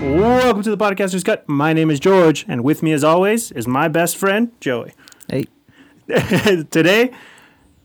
to the Podcaster's Cut. My name is George, and with me, as always, is my best friend, Joey. Hey. Today,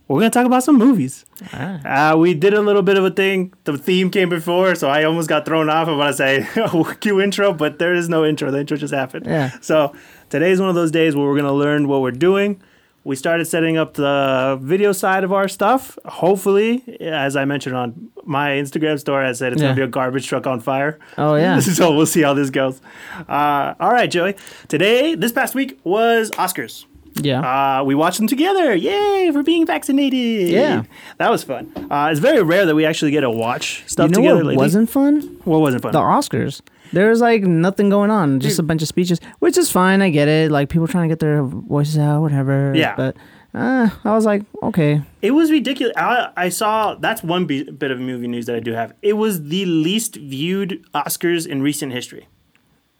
we're going to talk about some movies. Uh, we did a little bit of a thing. The theme came before, so I almost got thrown off. I'm going to say, Oh, cue intro, but there is no intro. The intro just happened. Yeah. So today's one of those days where we're going to learn what we're doing. We started setting up the video side of our stuff. Hopefully, as I mentioned on my Instagram story, I said it's going Yeah. to be a garbage truck on fire. Oh, yeah. so we'll see how this goes. Uh, all right, Joey. Today, this past week was Oscars. Yeah. Uh, we watched them together. Yay for being vaccinated. Yeah. That was fun. Uh, it's very rare that we actually get to watch stuff you know together what lately. wasn't fun? What wasn't fun? The Oscars. There was like nothing going on, just a bunch of speeches, which is fine. I get it. Like people trying to get their voices out, whatever. Yeah. But uh, I was like, okay. It was ridiculous. I, I saw that's one be- bit of movie news that I do have. It was the least viewed Oscars in recent history.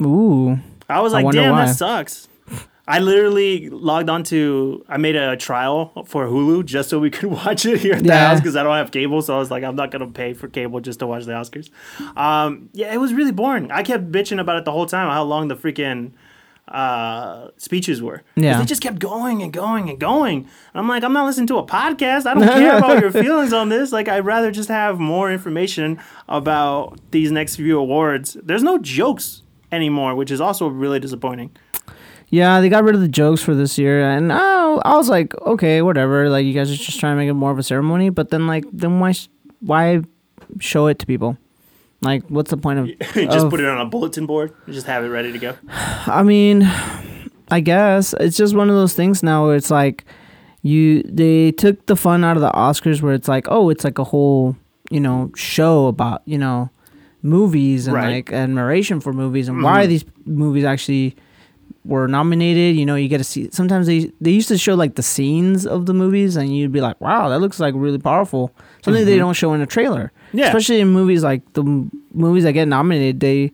Ooh. I was I like, wonder damn, why." that sucks. I literally logged on to, I made a trial for Hulu just so we could watch it here at the Yeah. house because I don't have cable. So I was like, I'm not going to pay for cable just to watch the Oscars. Um, yeah, it was really boring. I kept bitching about it the whole time, how long the freaking uh, speeches were. 'Cause Yeah. They just kept going and going and going. And I'm like, I'm not listening to a podcast. I don't care about your feelings on this. Like, I'd rather just have more information about these next few awards. There's no jokes anymore, which is also really disappointing. Yeah, they got rid of the jokes for this year, and oh, I was like, okay, whatever. Like you guys are just trying to make it more of a ceremony, but then like, then why, sh- why show it to people? Like, what's the point of? just of- put it on a bulletin board and just have it ready to go. I mean, I guess it's just one of those things now where it's like you they took the fun out of the Oscars where it's like, oh, it's like a whole, you know, show about, you know, movies and Right. like admiration for movies and why these movies actually were nominated, you know, you get to see sometimes they they used to show like the scenes of the movies and you'd be like, wow, that looks like really powerful. Something they don't show in a trailer. Yeah. Especially in movies like the m- movies that get nominated, they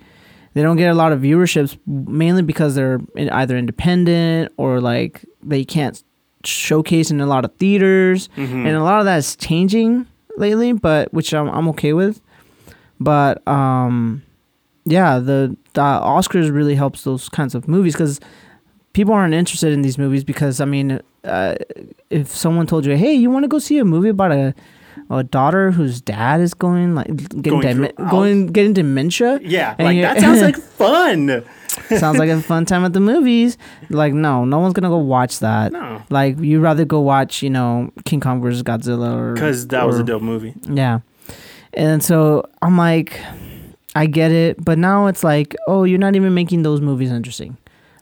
they don't get a lot of viewerships mainly because they're in- either independent or like they can't showcase in a lot of theaters Mm-hmm. and a lot of that's changing lately but which I'm, I'm okay with but um yeah the, the oscars really helps those kinds of movies because people aren't interested in these movies because i mean uh, if someone told you hey you want to go see a movie about a a daughter whose dad is going like getting Going going, through going getting dementia Yeah, And like you- that sounds like fun. Sounds like a fun time at the movies. Like, no, no one's gonna go watch that. No. Like, you'd rather go watch, you know, King Kong versus Godzilla, or Because that was a or- dope movie. yeah. And so I'm like, I get it, but now it's like, oh, you're not even making those movies interesting.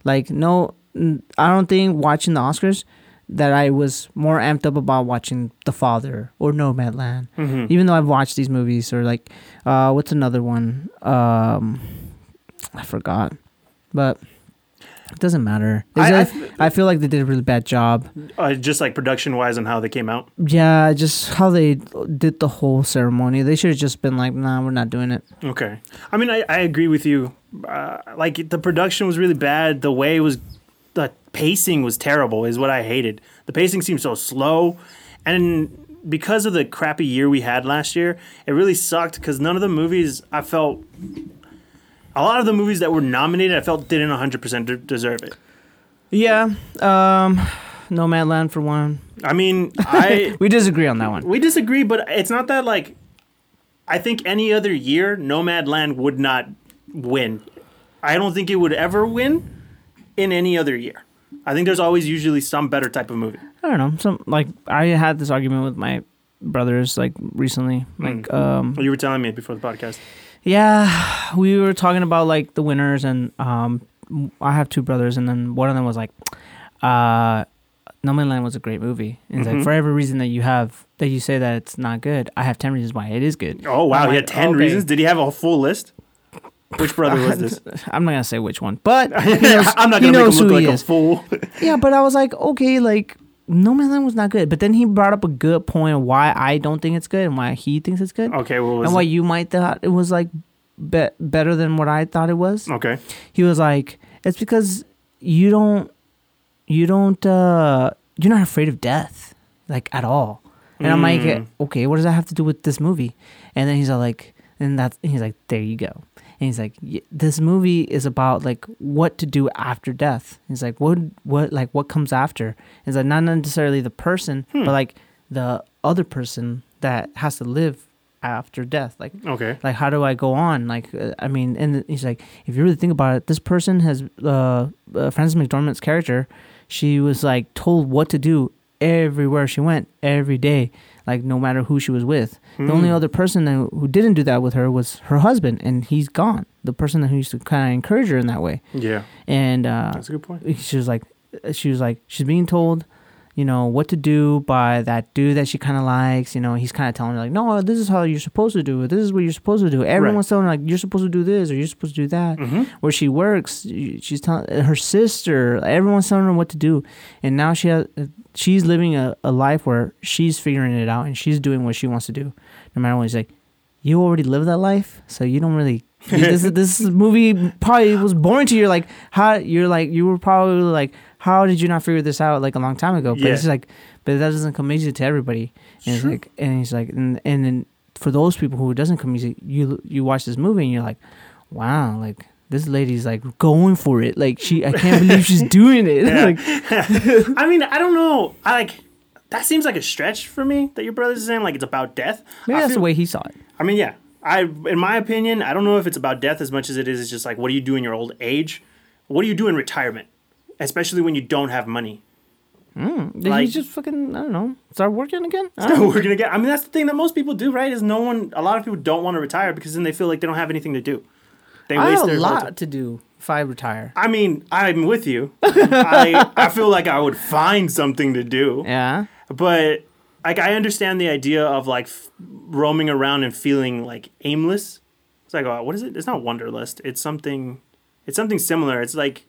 Like, no, n- I don't think watching the Oscars that I was more amped up about watching The Father or Nomadland, Mm-hmm. even though I've watched these movies or like, uh, what's another one? Um, I forgot, but it doesn't matter. I- I, I I, f- feel like they did a really bad job. Uh, just like production wise and how they came out. Yeah, just how they did the whole ceremony. They should have just been like, nah, we're not doing it. Okay. I mean, I, I agree with you. Uh, like the production was really bad. The way it was, the pacing was terrible. Is what I hated. The pacing seemed so slow, and because of the crappy year we had last year, it really sucked. Because none of the movies I felt, a lot of the movies that were nominated, I felt didn't 100% de- deserve it. Yeah. Um Nomadland for one. I mean, I We disagree on that one. we disagree, but it's not that like. I think any other year, Nomadland would not win. I don't think it would ever win in any other year. I think there's always usually some better type of movie. I don't know. Some like I had this argument with my brothers like recently. Like um You were telling me before the podcast. yeah, we were talking about like the winners and um I have two brothers and then one of them was like uh Nomadland was a great movie. And it's Mhm. like for every reason that you have that you say that it's not good, I have ten reasons why it is good. Oh wow, I'm he had like, ten okay. reasons. Did he have a full list? Which brother was this? I'm not gonna say which one, but he knows- I'm not gonna make he him knows look who he like a is. fool. Yeah, but I was like, okay, like No Man's Land was not good. But then he brought up a good point of why I don't think it's good and why he thinks it's good okay, what Oh, was and why it? you might thought it was like be- better than what I thought it was. Okay. He was like, it's because you don't, you don't, uh you're not afraid of death, like at all. And I'm like, Mm. okay, what does that have to do with this movie? And then he's all like, and that's and he's like, there you go. and he's like, "Y- "This movie is about like what to do after death." He's like, "What? What? Like what comes after?" It's like not necessarily the person, Hmm. but like the other person that has to live after death. Like Hmm. Okay. like how do i go on like uh, i mean and he's like if you really think about it this person has uh, uh frances mcdormand's character she was like told what to do everywhere she went every day like no matter who she was with the only Mm. Hmm. other person that, who didn't do that with her was her husband and he's gone the person that who used to kind of encourage her in that way Yeah. and uh That's a good point. she was like she was like she's being told you know what to do by that dude that she kind of likes you know he's kind of telling her like no this is how you're supposed to do it this is what you're supposed to do everyone's telling her like you're supposed to do this or you're supposed to do that Mm. Mm-hmm. where she works y- she's telling her sister everyone's telling her what to do and now she has she's living a, a life where she's figuring it out and she's doing what she wants to do no matter what he's like you already live that life so you don't really this this movie probably was boring to you. You're Like how you're like you were probably like how did you not figure this out like a long time ago? But Yeah. it's like but that doesn't come easy to everybody. And it's Sure. like and it's like and and then for those people who it doesn't come easy, you you watch this movie and you're like, wow, like this lady's like going for it. Like she I can't believe she's doing it. like I mean, I don't know. I like that seems like a stretch for me that your brother's saying like it's about death. maybe I that's feel- the way he saw it. I mean, yeah. I, in my opinion, I don't know if it's about death as much as it is. It's just like, what do you do in your old age? What do you do in retirement, especially when you don't have money? Did Like- he just fucking I don't know, start working again? I don't know. We're gonna get. I mean, that's the thing that most people do, right? Is no one. A lot of people don't want to retire because then they feel like they don't have anything to do. They I waste have a their whole time. lot to do if I retire. I mean, I'm with you. I I feel like I would find something to do. Yeah. but like I understand the idea of like f- roaming around and feeling like aimless. It's like oh, what is it? It's not wanderlust. It's something. It's something similar. It's like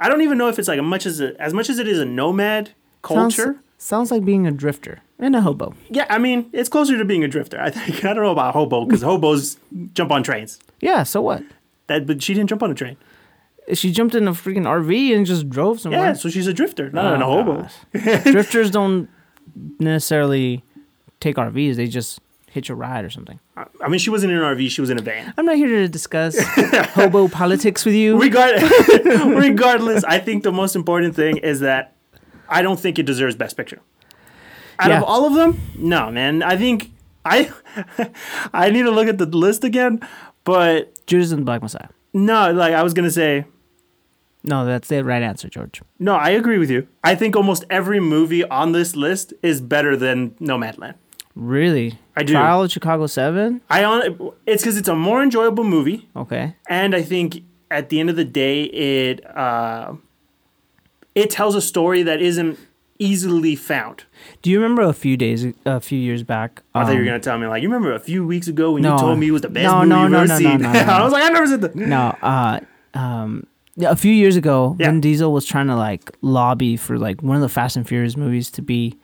I don't even know if it's like a much as a, as much as it is a nomad Sounds- culture. Sounds, like being a drifter and a hobo. yeah, I mean it's closer to being a drifter. I think I don't know about hobo because hobos jump on trains. Yeah, so what? That but she didn't jump on a train. She jumped in a freaking RV and just drove Yeah, somewhere. so she's a drifter, not an a Oh, hobo. gosh. Drifters don't necessarily take RVs, they just hitch a ride or something. I mean she wasn't in an RV. She was in a van. I'm not here to discuss hobo politics with you. Regard- regardless, I think the most important thing is that I don't think it deserves Best Picture. Out Yeah. of all of them, no, man. I think I I need to look at the list again, but Judas and the Black Messiah. no, like I was gonna say, No, that's the right answer, George. no, I agree with you. I think almost every movie on this list is better than Nomadland. Really? I do. Trial of Chicago 7? I on it's because it's a more enjoyable movie. Okay. and I think at the end of the day, it uh, it tells a story that isn't easily found. Do you remember a few days, a few years back? I thought you um, were gonna tell me like you remember a few weeks ago when No. you told me it was the best No, movie no, you've no, ever no, no, seen. no, no, no. I was like, I never said that. No, uh, um, yeah, a few years ago, Yeah. Vin Diesel was trying to like lobby for like one of the Fast and Furious movies to be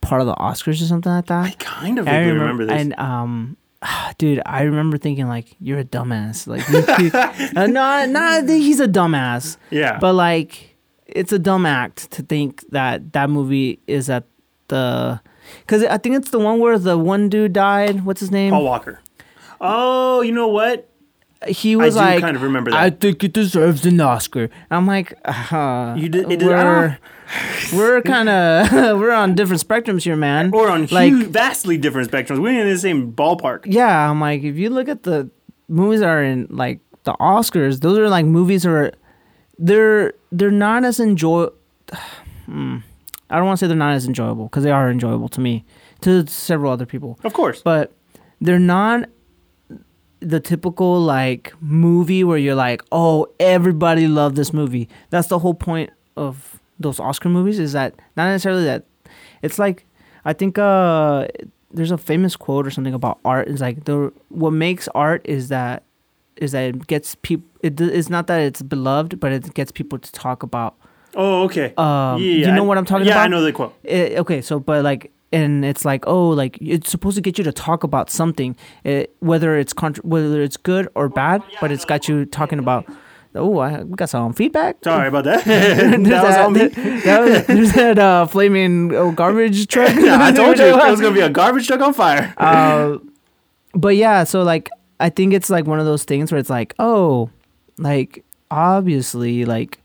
part of the Oscars or something like I that. kind of vaguely remember, this. and um. Dude, I remember thinking like you're a dumbass. Like, you, uh, no, no, I think he's a dumbass. yeah, But like, it's a dumb act to think that that movie is at the, because I think it's the one where the one dude died. What's his name? Paul Walker. Oh, you know what? he was do like, kind of remember I that." think it deserves an Oscar. And I'm like, uh, You did- it did- I we're, we're kind of we're on different spectrums here, man. Or on like, huge, vastly different spectrums. We're in the same ballpark. yeah, I'm like, if you look at the movies that are in like the Oscars, those are like movies that are they're they're not as enjoy. Hmm. I don't want to say they're not as enjoyable because they are enjoyable to me, to several other people. Of course. but they're not the typical like movie where you're like, oh, everybody loved this movie. That's the whole point of those Oscar movies is that not necessarily that it's like I think uh there's a famous quote or something about art is like the what makes art is that is that it gets people it, it's not that it's beloved but it gets people to talk about Oh, okay. yeah, um you know I- what I'm talking yeah, about I know the quote. it, okay so but like and it's like oh like it's supposed to get you to talk about something it, whether it's contr whether it's good or bad but it's got you talking about oh I we got some feedback Sorry about that. that was on me. that was there's that uh flaming oh, garbage truck Yeah, I told you it was gonna be a garbage truck on fire. uh, but yeah so like I think it's like one of those things where it's like, oh, like obviously, like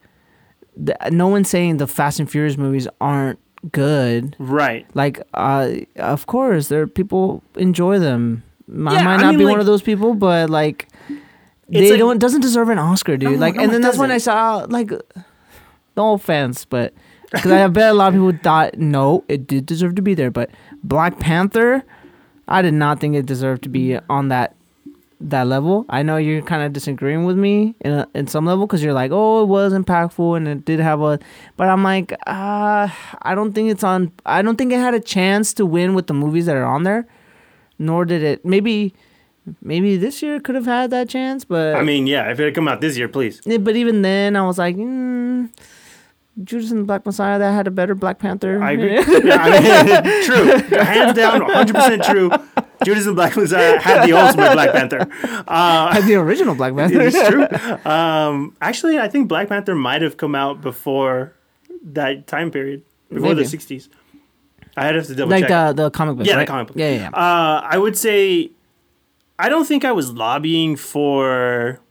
th- no one's saying the Fast and Furious movies aren't good. Right. Like, uh, of course, there are people enjoy them. I Yeah, might I not mean, be like- one of those people, but like, It's they like- don't doesn't deserve an Oscar, dude. No, like, no, and it then that's when I saw like, no offense, but because I bet a lot of people thought no, it did deserve to be there, but Black Panther, I did not think it deserved to be on that that level. I know you're kind of disagreeing with me in a, in some level because you're like, oh, it was impactful and it did have a, but I'm like, uh, I don't think it's on. I don't think it had a chance to win with the movies that are on there, nor did it. Maybe, maybe this year could have had that chance, but I mean, yeah, if it had come out this year, please. yeah, but even then, I was like, mm, Judas and the Black Messiah that had a better Black Panther. I agree. yeah, I mean, true. Mm-hmm. Hands down, 100% true. Judas and the Black Messiah had the ultimate Black Panther. Uh, the original Black Panther. it's true. Um, actually, I think Black Panther might have come out before that time period, before Maybe. the 60s. I'd have to double like uh, check. the, the comic book. Yeah, the right? comic book. Yeah, yeah. yeah. Uh, I would say I don't think I was lobbying for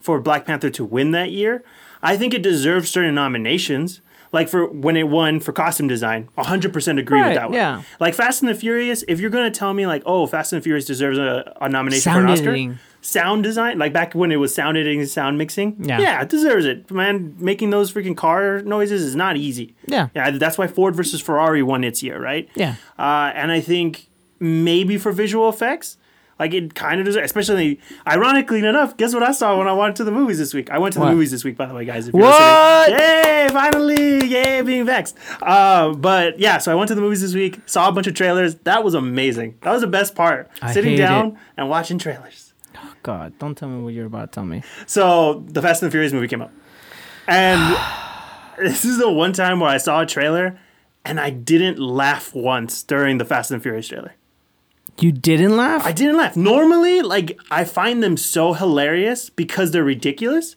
for Black Panther to win that year. I think it deserves certain nominations. Like for when it won for costume design, 100% agree Right, with that one. yeah. Like Fast and the Furious, if you're going to tell me like, "Oh, Fast and the Furious deserves a, a nomination for Sound an Oscar." editing. Sound design, like back when it was sound editing and sound mixing. Yeah. Yeah, it deserves it. Man, making those freaking car noises is not easy. Yeah. Yeah, that's why Ford versus Ferrari won its year, right? Yeah. Uh, and I think maybe for visual effects, like it kind of deserves, especially ironically enough, guess what I saw when I went to the movies this week? I went to What? the movies this week, by the way, guys. If you're What? listening. Yay, finally. Yay, being vexed. Uh, but yeah, so I went to the movies this week, saw a bunch of trailers. That was amazing. That was the best part, I sitting hate down it. and watching trailers. God, don't tell me what you're about to tell me. So the Fast and the Furious movie came out. And this is the one time where I saw a trailer and I didn't laugh once during the Fast and the Furious trailer. You didn't laugh? I didn't laugh. Normally, like I find them so hilarious because they're ridiculous.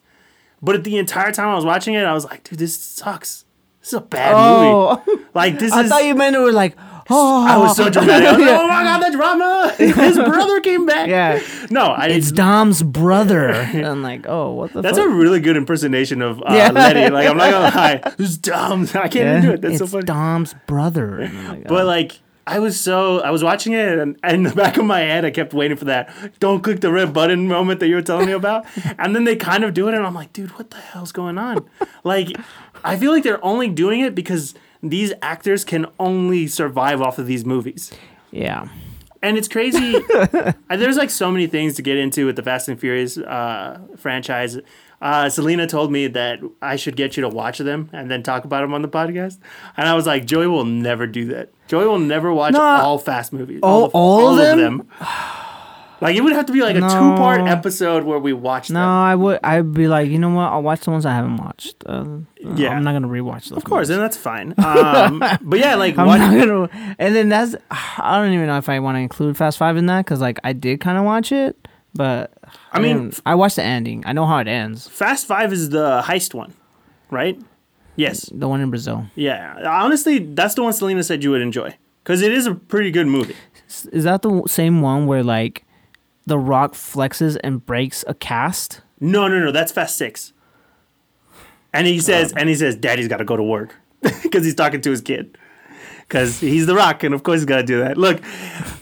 But at the entire time I was watching it, I was like, dude, this sucks. This is a bad Oh. movie. Like this I is thought you meant it was like, oh, I was so dramatic. I was like, Yeah. oh my god, the drama. His brother came back. Yeah. No, I didn't. It's Dom's brother. And I'm like, oh, what the that's a fuck? really good impersonation of uh, Yeah. Letty. Like I'm not gonna lie, this is dumb. I can't even do it. That's it's so funny. Dom's brother. And I'm like, uh, But like I was so I was watching it and, and in the back of my head I kept waiting for that don't click the red button moment that you were telling me about. and then they kind of do it and I'm like, dude, what the hell's going on? like I feel like they're only doing it because these actors can only survive off of these movies. yeah. And it's crazy. Uh, There's like so many things to get into with the Fast and Furious uh, franchise. Uh, Selena told me that I should get you to watch them and then talk about them on the podcast. And I was like, Joey will never do that. Joey will never watch No. all Fast movies. Oh, all of them? Like, it would have to be like a No. two part episode where we watch No, them. I would. I'd be like, you know what? I'll watch the ones I haven't watched. Uh, Yeah. I'm not gonna rewatch those. Of course, and that's fine. Um, but yeah, like, I'm watch- not gonna. And then that's. I don't even know if I want to include Fast Five in that because like I did kind of watch it, but I mean, didn't- I watched the ending. I know how it ends. Fast 5 is the heist one, right? Yes. The one in Brazil Yeah, honestly, that's the one Selena said you would enjoy because it is a pretty good movie. S- is that the w- same one where like the Rock flexes and breaks a cast. No, no, no, that's Fast Six. And he Um. says, and he says, Daddy's got to go to work because he's talking to his kid because he's the Rock, and of course he's got to do that. Look,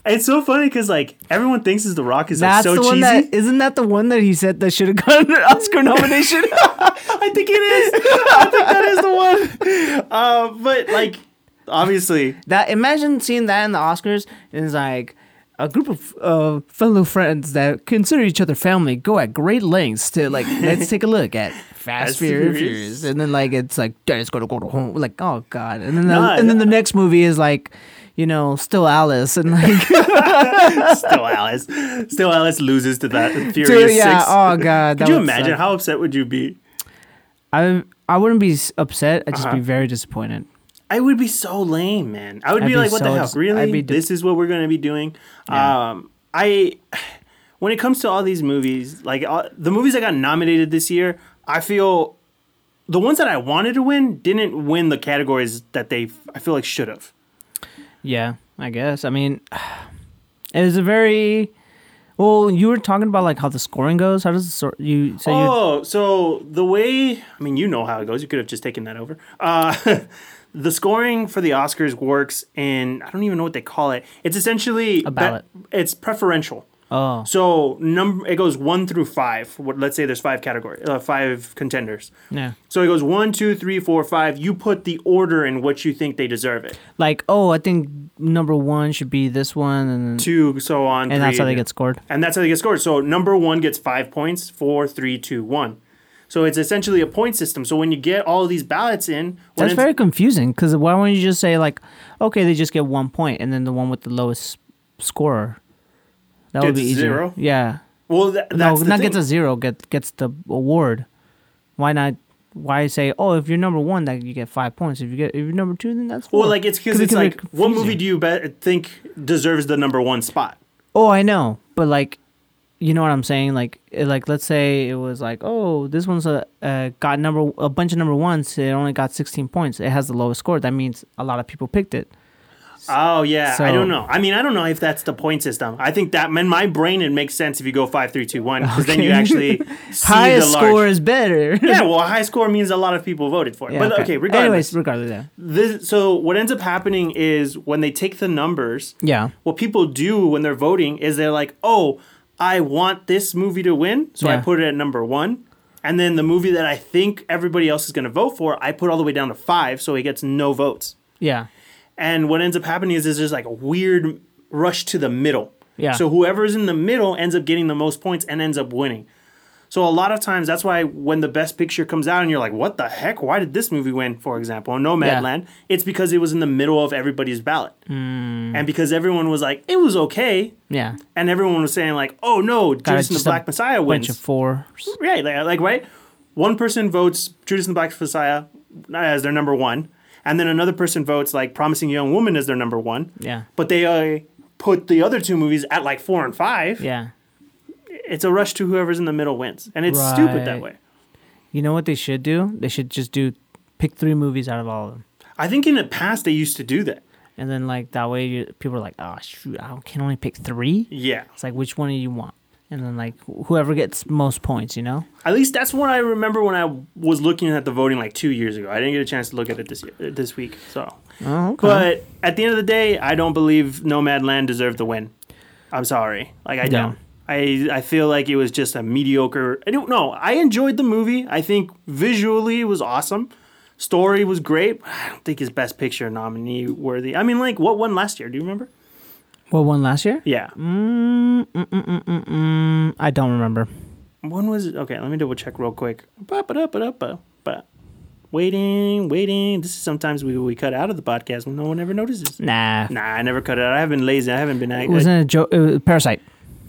it's so funny because like everyone thinks is the Rock is like, That's so the one cheesy. that isn't that the one that he said that should have gotten an Oscar nomination. I think it is. I think that is the one. Uh, but like, obviously, That imagine seeing that in the Oscars and it's like a group of uh, fellow friends that consider each other family go at great lengths to like let's take a look at Fast Fast Furious. and Furious Furious. and then like it's like Dad's gonna go to home like oh god and then the, Nah, and then nah. the next movie is like you know still Alice and like still Alice, still Alice loses to that Furious to, yeah Six. oh god that Could you would imagine suck. how upset would you be? I I wouldn't be s- upset I'd just Uh-huh. be very disappointed I would be so lame, man. I would I'd be, be like, what so the hell? dis- I'd Really? be de- this is what we're going to be doing. Um, I, when it comes to all these movies, like uh, the movies that got nominated this year, I feel the ones that I wanted to win didn't win the categories that they, I feel like, should have. yeah I guess I mean it was a very Well, you were talking about like how the scoring goes. How does the sort you? So you oh, so the way I mean, you know how it goes. You could have just taken that over. Uh, the scoring for the Oscars works in I don't even know what they call it. It's essentially A ballot. it's preferential. oh So number it goes one through five. What let's say there's five category, uh, five contenders. yeah, So it goes one, two, three, four, five. You put the order in which you think they deserve it. like oh I think number one should be this one, and Two, so on. and that's three, how they get scored. and that's how they get scored. So number one gets five points, four, three, two, one. So it's essentially a point system. So when you get all of these ballots in, when That's it's- very confusing because why wouldn't you just say like okay they just get one point and then the one with the lowest scorer that would Gets be easier. zero? Yeah, well, th- no, that's the not thing. gets a zero. Get gets the award. Why not? Why say oh if you're number one that you get five points if you get if you're number two then that's four. well, like it's because Could be- it's could be like what confusing. movie do you be- think deserves the number one spot? Oh, I know, but like, you know what I'm saying? Like, it- like let's say it was like, oh, this one's a uh, got number a bunch of number ones. It only got 16 points. It has the lowest score. That means a lot of people picked it. Oh yeah, I So- don't know. I mean, I don't know if that's the point system. I think that in my brain it makes sense if you go five, three, two, one, because then you Okay. actually see Highest the large. score is better. Yeah, well, a high score means a lot of people voted for it. Yeah, but okay, regardless, Anyways, regardless, yeah. this, so what ends up happening is when they take the numbers, Yeah. what people do when they're voting is they're like, oh, I want this movie to win, so I Yeah. put it at number one. And then the movie that I think everybody else is going to vote for, I put all the way down to five, so he gets no votes. Yeah. And what ends up happening is there's just like a weird rush to the middle. Yeah. So whoever's in the middle ends up getting the most points and ends up winning. So a lot of times that's why when the best picture comes out and you're like, what the heck? Why did this movie win? For example, Nomadland. It's because it was in the middle of everybody's ballot, Mm. and because everyone was like, it was okay, Yeah. and everyone was saying like, oh no, Judas and the just a Black Messiah wins. Bunch of fours. Right, like, like right, one person votes Judas and the Black Messiah uh, as their number one, and then another person votes like Promising Young Woman as their number one. Yeah. But they uh, put the other two movies at like four and five. Yeah. It's a rush to whoever's in the middle wins, and it's stupid that Right. way. You know what they should do? They should just do pick three movies out of all of them. I think in the past they used to do that. And then like that way you, people are like, oh shoot, I can only pick three. Yeah, It's like which one do you want? And then like wh- whoever gets most points, you know? at least that's what I remember when I was looking at the voting like two years ago. I didn't get a chance to look at it this year, this week. So, Oh, okay. but at the end of the day, I don't believe Nomadland deserved the win. I'm sorry, like I No. don't. I I feel like it was just a mediocre. I don't know. I enjoyed the movie. I think visually it was awesome. Story was great. I don't think his best picture nominee worthy. I mean, like what won last year? Do you remember? what one last year? Yeah. Mm, mm, mm, mm, mm, mm, I don't remember. When was it? Okay, let me double check real quick. Ba, ba, da, ba, da, ba, ba. Waiting, waiting. This is sometimes we, we cut out of the podcast when no one ever notices. Nah. Nah, I never cut it out. I haven't been lazy. I haven't been. I, It wasn't a joke. It was Parasite.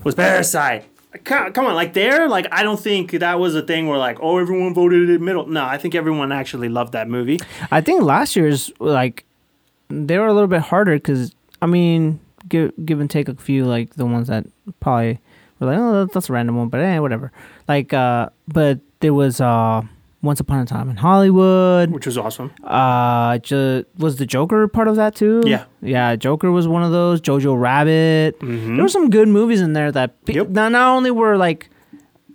was Parasite. Come, come on, like there, like I don't think that was a thing where like oh everyone voted in middle. No, I think everyone actually loved that movie. I think last year's like they were a little bit harder because I mean, give give and take a few like the ones that probably were like, oh, that- that's a random one, but eh, whatever. Like, uh, but there was uh, Once Upon a Time in Hollywood. which was awesome. Uh, ju- was the Joker part of that too? Yeah. yeah. Joker was one of those. Jojo Rabbit. Mhm. There were some good movies in there that pe- Yep. not, not only were like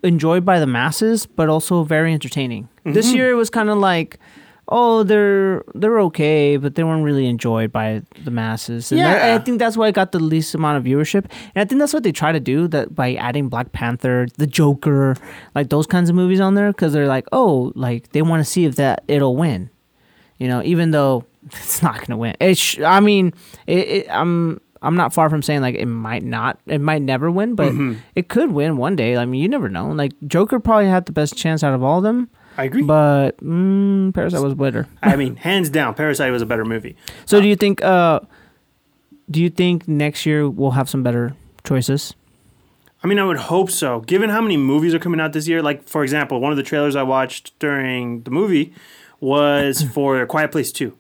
enjoyed by the masses, but also very entertaining. This Mm-hmm. year it was kind of like, oh, they're they're okay, but they weren't really enjoyed by the masses. And that- Yeah. I think that's why it got the least amount of viewership. And I think that's what they try to do that by adding Black Panther, The Joker, like those kinds of movies on there, because they're like, oh, like they want to see if that it'll win you know, even though it's not going to win. It sh- I mean, it, it, I'm I'm not far from saying like it might not, it might never win, but it could win one day. I mean, you never know. Like Joker probably had the best chance out of all of them, I agree. but mm, Parasite was better. I mean, hands down, Parasite was a better movie. So do you think? Uh, do you think next year we'll have some better choices? I mean, I would hope so. Given how many movies are coming out this year, like for example, one of the trailers I watched during the movie was for Quiet Place Two,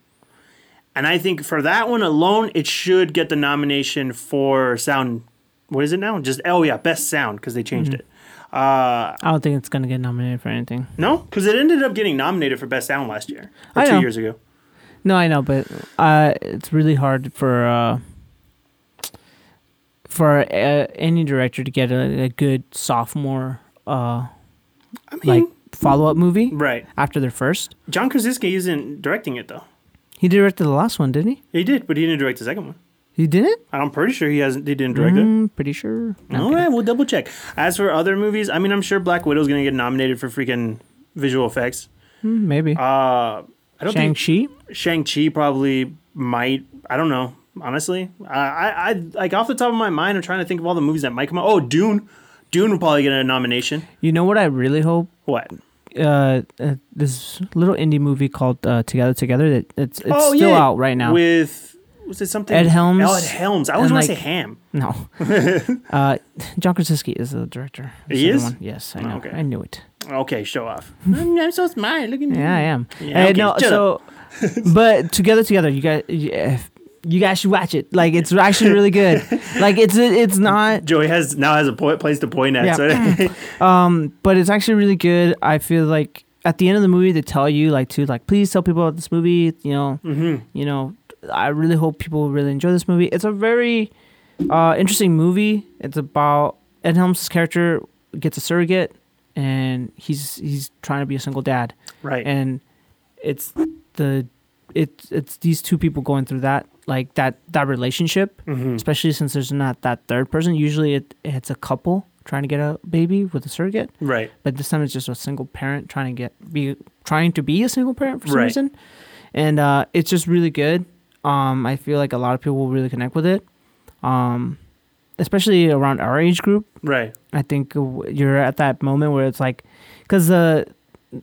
and I think for that one alone, it should get the nomination for sound. What is it now? Just oh yeah, best sound because they changed it. Uh, I don't think it's gonna get nominated for anything. no, because it ended up getting nominated for best sound last year or I two know. years ago. No, I know, but uh, it's really hard for uh, for uh, any director to get a, a good sophomore uh, I mean, like follow up movie right. after their first. John Krasinski isn't directing it though. He directed the last one, didn't he? He did, but he didn't direct the second one. He didn't? And I'm pretty sure he hasn't. He didn't direct it. Mm, pretty sure. No, I'm All kidding. right, we'll double check. As for other movies, I mean, I'm sure Black Widow's gonna get nominated for freaking visual effects. Mm, maybe. Uh, I don't Shang think Chi. Shang Chi probably might. I don't know. Honestly, I, I, I like off the top of my mind. I'm trying to think of all the movies that might come out. Oh, Dune. Dune will probably get a nomination. You know what I really hope? What? Uh, uh, this little indie movie called uh, Together Together that it's it's oh, still out right now. With was it something? Ed Helms. Oh, Ed Helms. I always And, want like, to say Ham. no, uh, John Krasinski is the director. He's He the is? One. Yes, I Oh, know. okay. I knew it. Okay, show off. Mm, I'm, I'm so smart. Look at me. Yeah, I am. Hmm. Yeah, Uh, okay, no, shut so, but together, together, you guys, yeah, you guys should watch it. Like, it's actually really good. Like, it's it's not, Joey has now has a po- place to point at. Yeah. So um, but it's actually really good. I feel like at the end of the movie, they tell you like to like, please tell people about this movie. You know, Mhm. you know, I really hope people really enjoy this movie. It's a very uh, interesting movie. It's about Ed Helms' character gets a surrogate, and he's he's trying to be a single dad. right. and it's the it's it's these two people going through that like that that relationship Mhm. especially since there's not that third person usually it, it's a couple trying to get a baby with a surrogate Right. but this time it's just a single parent trying to get be trying to be a single parent for some Right. reason and uh it's just really good um i feel like a lot of people will really connect with it um especially around our age group Right. I think w- you're at that moment where it's like, because the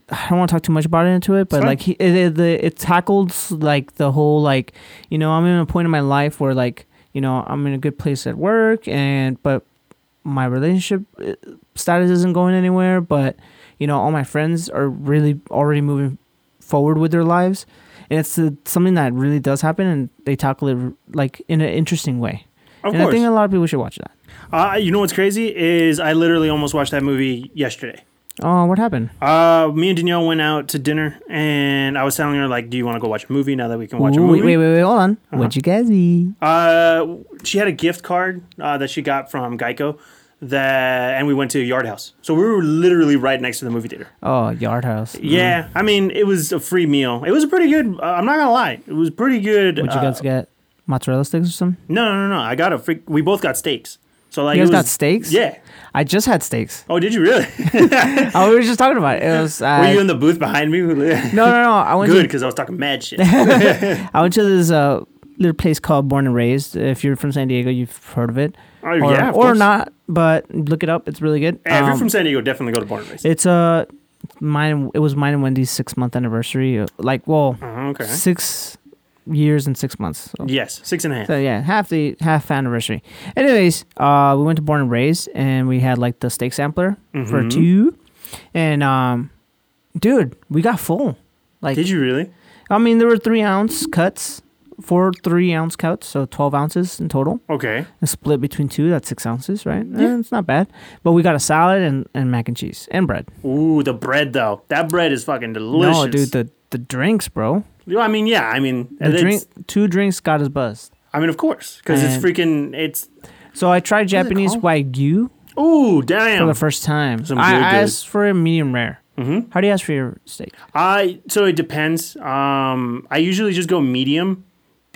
I don't want to talk too much about it into it, but fine. like he, it, it, the, it tackles like the whole like you know I'm in a point in my life where like you know I'm in a good place at work and but my relationship uh, status isn't going anywhere, but you know all my friends are really already moving forward with their lives, and it's uh, something that really does happen, and they tackle it like in an interesting way. Of and I course. think a lot of people should watch that. uh, you know what's crazy is I literally almost watched that movie yesterday. Oh, what happened? Uh, me and Danielle went out to dinner, and I was telling her like, "Do you want to go watch a movie now that we can watch a Ooh, movie?" Uh-huh. Wait, wait, wait, wait, hold on. What'd you E? guys eat? Uh, she had a gift card uh, that she got from Geico that, and we went to Yard House. So we were literally right next to the movie theater. Oh, Yard House. Yeah, I mean, it was a free meal. It was a pretty good. Uh, I'm not gonna lie, it was pretty good. What'd you uh, guys get? Mozzarella sticks or something? No, no, no, no. I got a freak. We both got steaks. So like, You it guys was, got steaks? Yeah. I just had steaks. Oh, did you really? Oh, we were just talking about it. It was. Uh, Were you in the booth behind me? no. no, no, no. I went Good, because I was talking mad shit. Oh, to I went to this uh, little place called Born and Raised. If you're from San Diego, you've heard of it. Oh, or, yeah, of or course. not, but look it up. It's really good. Hey, if you're Um, from San Diego, definitely go to Born and Raised. it's uh, mine. It was mine and Wendy's six month anniversary. uh, Like, well, Oh, okay. six years and six months. So- Yes, six and a half. So yeah, half the half anniversary. Anyways, uh, we went to Born and Raised, and we had like the steak sampler for Mhm. two, and um, dude, we got full. Like, Did you really? I mean, there were three ounce cuts, four three ounce cuts, so twelve ounces in total. Okay. And split between two, that's six ounces, right? Eh, it's not bad. But we got a salad and, and mac and cheese and bread. Ooh, the bread though. That bread is fucking delicious. No, dude, the the drinks, bro. You know, I mean, yeah. I mean, The it's- drink, Uh, two drinks got us buzzed. I mean, of course, because it's And- freaking. It's So I tried it Japanese called? wagyu. ooh, for damn. the first time. Oh. Some I good I good. asked for a medium rare. Mhm. How do you ask for your steak? I so it depends. Um, I usually just go medium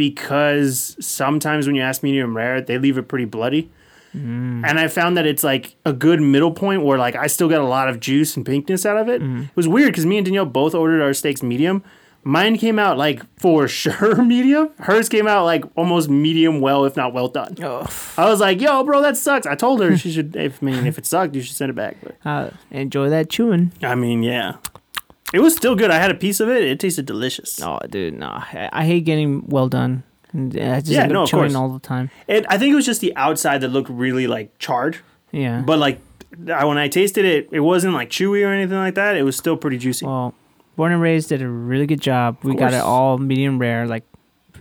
because sometimes when you ask medium rare, they leave it pretty bloody. And I found that it's like a good middle point where like I still got a lot of juice and pinkness out of it. It was weird because me and Danielle both ordered our steaks medium. Mine came out like for sure medium. Hers came out like almost medium well, if not well done. Oh, I was like, "Yo, bro, that sucks." I told her she should. If I mean, if it sucked, you should send it back. But uh, enjoy that chewing. I mean, yeah, it was still good. I had a piece of it. It tasted delicious. Oh, dude, no, I, I hate getting well done. And uh, I just Yeah, end up no, of chewing course. all the time. It, I think it was just the outside that looked really like charred, Yeah, but like I, when I tasted it, it wasn't like chewy or anything like that. It was still pretty juicy. well, born and raised did a really good job. We got course. it all medium rare, like,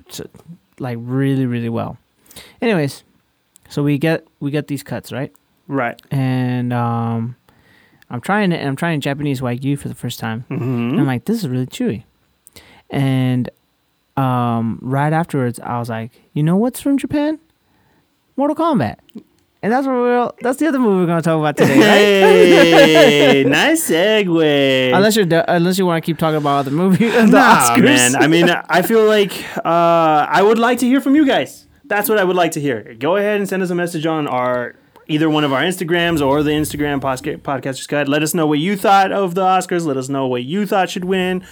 s- like really, really well. Anyways, so we get we get these cuts right, right. and um, I'm trying it. and I'm trying Japanese wagyu for the first time. Mm-hmm. I'm like, this is really chewy. And um, right afterwards, I was like, you know what's from Japan? Mortal Kombat. And that's what we're that's the other movie we're gonna talk about today, right? Hey, nice segue. unless you're de- unless you want to keep talking about other movies, the nah, Oscars. man. I mean, I feel like uh, I would like to hear from you guys. That's what I would like to hear. Go ahead and send us a message on our either one of our Instagrams or the Instagram posca- Podcasters Guide. Let us know what you thought of the Oscars. Let us know what you thought should win.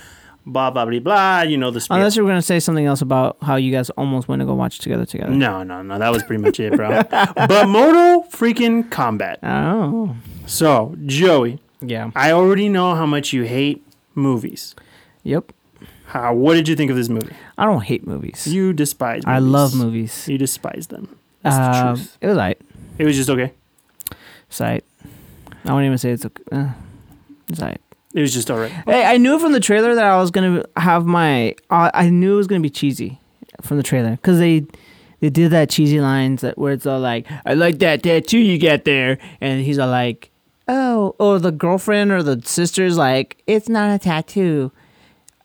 Blah blah blah blah. You know the spiel. Unless you were gonna say something else about how you guys almost went to go watch together together. no, no, no. That was pretty much it, bro. but Mortal freaking Combat. Oh, So, Joey, yeah. I already know how much you hate movies. Yep. How, what did you think of this movie? I don't hate movies. You despise movies. I love movies. You despise them. That's the Uh, truth. it was alright. It was just okay. It's alright. I won't even say it's okay. Uh, it's alright. It was just all right. Hey, I knew from the trailer that I was gonna have my. Uh, I knew it was gonna be cheesy from the trailer because they they did that cheesy lines that where it's all like, "I like that tattoo you got there," and he's all like, "Oh," or the girlfriend or the sister's like, "It's not a tattoo,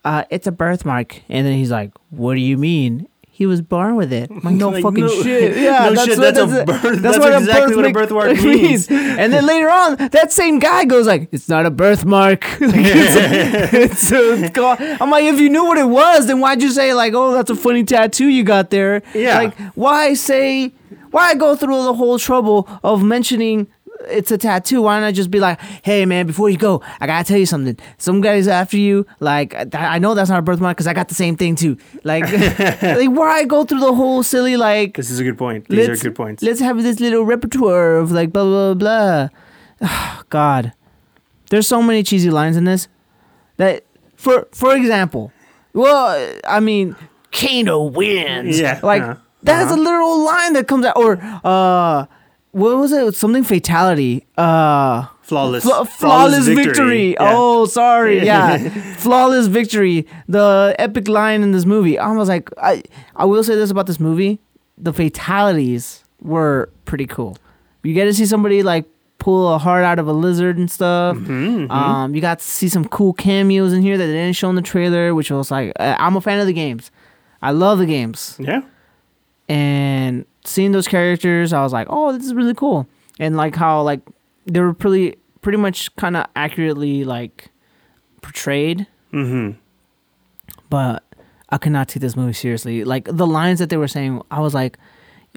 uh, it's a birthmark," and then he's like, "What do you mean?" He was born with it. I'm like, no Like, fucking no- shit. Yeah, no that's shit, What, that's a that's, birth- that's that's what exactly what a birthmark means. And then later on, that same guy goes like, "It's not a birthmark." Like, it's, it's, so it's called- I'm like, if you knew what it was, then why'd you say like, "Oh, that's a funny tattoo you got there"? Yeah. Like, why say? Why go through the whole trouble of mentioning? It's a tattoo. Why not just be like, "Hey, man, before you go, I gotta tell you something. Some guys after you, like, I- I know that's not a birthmark because I got the same thing too. Like, like, why go through the whole silly like This is a good point. These Let's- are good points. let's have this little repertoire of like blah blah blah. Oh, God, there's so many cheesy lines in this. That for for example, well, I mean, Kano wins. Yeah, like uh-huh, that's uh-huh. a literal line that comes out. Or uh, what was it? Something fatality. Uh, Flawless. Fla- flawless victory. Yeah. Oh, sorry. Yeah, flawless victory. The epic line in this movie. I was like, I, I will say this about this movie: the fatalities were pretty cool. You get to see somebody like pull a heart out of a lizard and stuff. Um, you got to see some cool cameos in here that they didn't show in the trailer, which was like, uh, I'm a fan of the games. I love the games yeah. and seeing those characters, I was like, oh, this is really cool. And like how like they were pretty pretty much kind of accurately like portrayed. Mm-hmm. But I could not take this movie seriously. Like the lines that they were saying, I was like,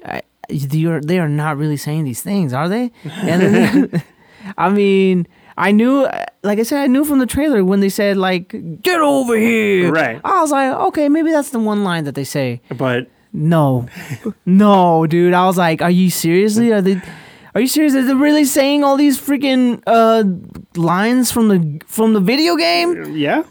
I- you're they are not really saying these things, are they? And then, I mean. I knew, like I said, I knew from the trailer when they said like "get over here." Right. I was like, okay, maybe that's the one line that they say. But No, no, dude. I was like, are you seriously? Are they? Are you serious? Are they really saying all these freaking uh, lines from the from the video game? yeah.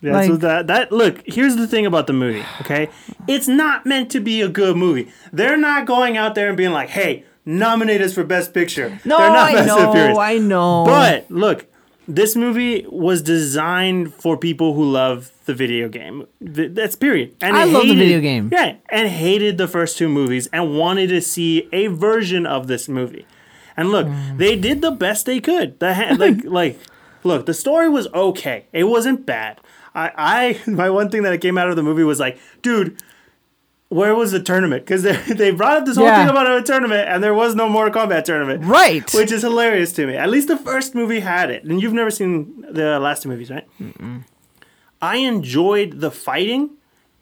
Yeah, so Like- that that look, here's the thing about the movie, okay? It's not meant to be a good movie. They're not going out there and being like, "Hey, nominate us for best picture." No, They're not I Fast and Furious. know, I know. But look, this movie was designed for people who love the video game. Th- That's period. And I it love the video game. Yeah, and hated the first two movies and wanted to see a version of this movie. And look, Mm. they did the best they could. The ha- like like look, the story was okay. It wasn't bad. I, I my one thing that came out of the movie was like, dude, where was the tournament? Because they, they brought up this whole Yeah. thing about a tournament, and there was no Mortal Kombat tournament. right? Which is hilarious to me. At least the first movie had it. And you've never seen the last two movies, right? I enjoyed the fighting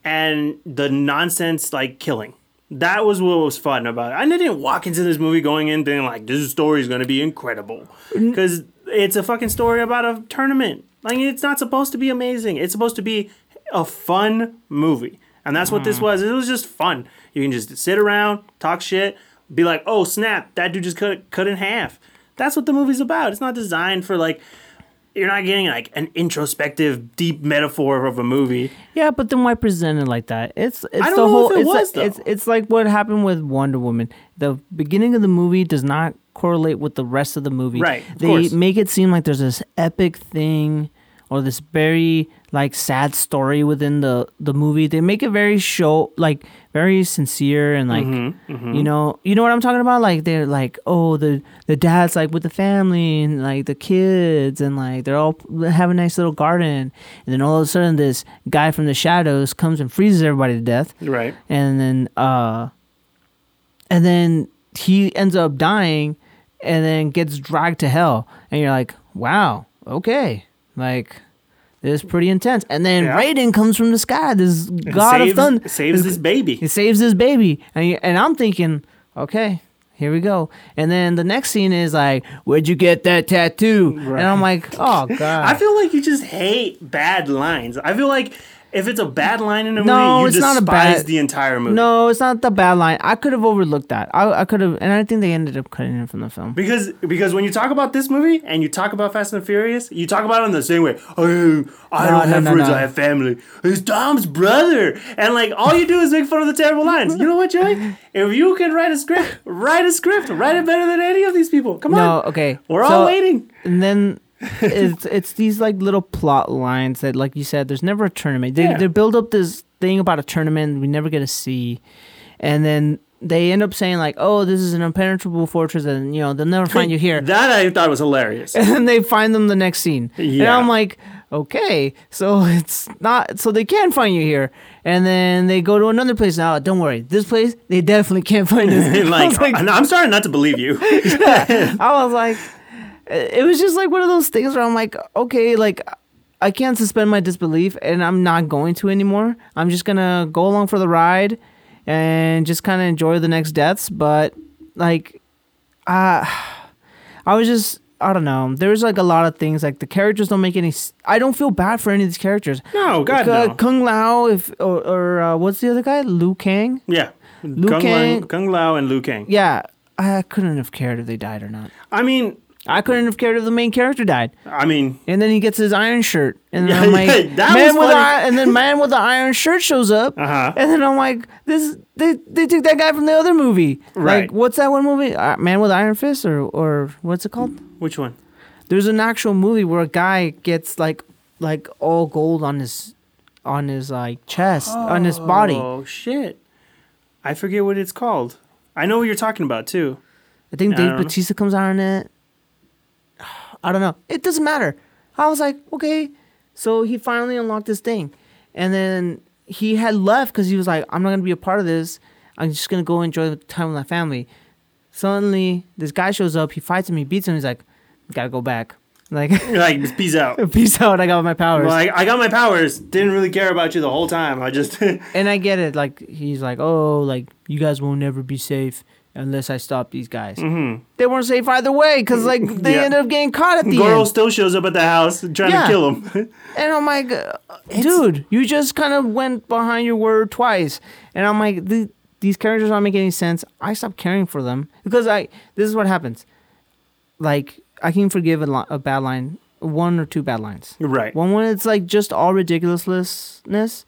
and the nonsense, like killing. That was what was fun about it. I didn't walk into this movie going in thinking, like, this story is going to be incredible. Because it's a fucking story about a tournament. Like, it's not supposed to be amazing. It's supposed to be a fun movie. And that's what this was. It was just fun. You can just sit around, talk shit, be like, oh, snap, that dude just cut, cut in half. That's what the movie's about. It's not designed for, like, you're not getting like an introspective, deep metaphor of a movie. yeah, but then why present it like that? It's it's don't the know whole. if it it's, was, though. it's it's like what happened with Wonder Woman. The beginning of the movie does not correlate with the rest of the movie. Right, of they course. make it seem like there's this epic thing or this very like sad story within the the movie. They make it very show like very sincere and like you know you know what I'm talking about. Like they're like oh the the dad's like with the family and like the kids and like they're all have a nice little garden and then all of a sudden this guy from the shadows comes and freezes everybody to death Right. and then uh and then he ends up dying and then gets dragged to hell and you're like wow okay like this is pretty intense and then Yeah. raiden comes from the sky this god saves, of thunder saves this he baby. saves his baby and, you- and i'm thinking okay here we go and then the next scene is like where'd you get that tattoo and i'm like oh god I feel like you just hate bad lines. I feel like if it's a bad line in a No, movie, you it's not despise a bad- the entire movie. no, it's not the bad line. I could have overlooked that. I, I could have, and I think they ended up cutting it from the film. Because because when you talk about this movie and you talk about Fast and the Furious, you talk about it in the same way. Oh, I No, don't no, have no, friends, no. I have family. It's Dom's brother, and like all you do is make fun of the terrible lines. You know what, Joey? If you can write a script, write a script. Write it better than any of these people. Come No, on, okay. we're So- all waiting. And then it's it's these like little plot lines that, like you said, there's never a tournament. They Yeah. they build up this thing about a tournament we never get to see, and then they end up saying like, "Oh, this is an impenetrable fortress, and you know they'll never find you here." That I thought was hilarious. and then they find them the next scene. And Yeah. I'm like, okay, so it's not, so they can find you here. And then they go to another place. Now, don't worry, this place, they definitely can't find us. And I like, was like, I- I'm starting not to believe you. I was like, it was just like one of those things where I'm like, okay, like, I can't suspend my disbelief and I'm not going to anymore. I'm just going to go along for the ride and just kind of enjoy the next deaths. But, like, uh, I was just. I don't know. There's like a lot of things. Like the characters don't make any. s- I don't feel bad for any of these characters. No, God, K- no. Kung Lao, if or, or uh, what's the other guy? Liu Kang. Yeah, Liu Kung, Lao, Kang- Kung Lao and Liu Kang. Yeah, I couldn't have cared if they died or not. I mean, I couldn't have cared if the main character died. I mean, And then he gets his iron shirt, and then Yeah, I'm like, yeah, that man was with the, funny. i- and then man with the iron shirt shows up, Uh-huh. and then I'm like, this they they took that guy from the other movie, Right. Like, what's that one movie? Uh, man with iron fist, or or what's it called? which one? There's an actual movie where a guy gets like like all gold on his on his like chest, on his body. Oh shit! I forget what it's called. I know what you're talking about too. I think I Dave don't know. Batista comes out in it. I don't know. It doesn't matter. I was like, okay. So he finally unlocked this thing. And then he had left because he was like, I'm not going to be a part of this. I'm just going to go enjoy the time with my family. Suddenly, this guy shows up. He fights him. He beats him. He's like, got to go back. Like, Like peace out. peace out. I got my powers. Like I got my powers. Didn't really care about you the whole time. I just and I get it. Like, he's like, oh, like, you guys will never be safe unless I stop these guys. They weren't safe either way because, like, they Mm-hmm. Yeah. ended up getting caught at the end. Goro still shows up at the house trying to Yeah. kill him. And I'm like, uh, dude, you just kind of went behind your word twice. And I'm like, th- these characters don't make any sense. I stopped caring for them because I. This is what happens. Like I can forgive a, li- a bad line, one or two bad lines. right. One when it's like just all ridiculousness.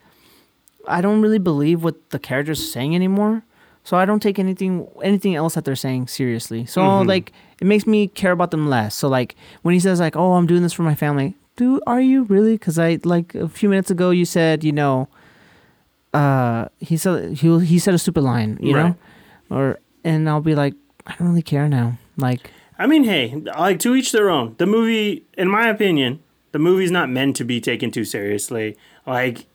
I don't really believe what the characters are saying anymore, so I don't take anything anything else that they're saying seriously. So Mm-hmm. like it makes me care about them less. So like when he says like, "Oh, I'm doing this for my family," dude, are you really? Because I like a few minutes ago you said you know, uh, he said he he said a stupid line, you Right. know, or and I'll be like, I don't really care now. Like I mean, hey, like to each their own. The movie, in my opinion, the movie's not meant to be taken too seriously. Like,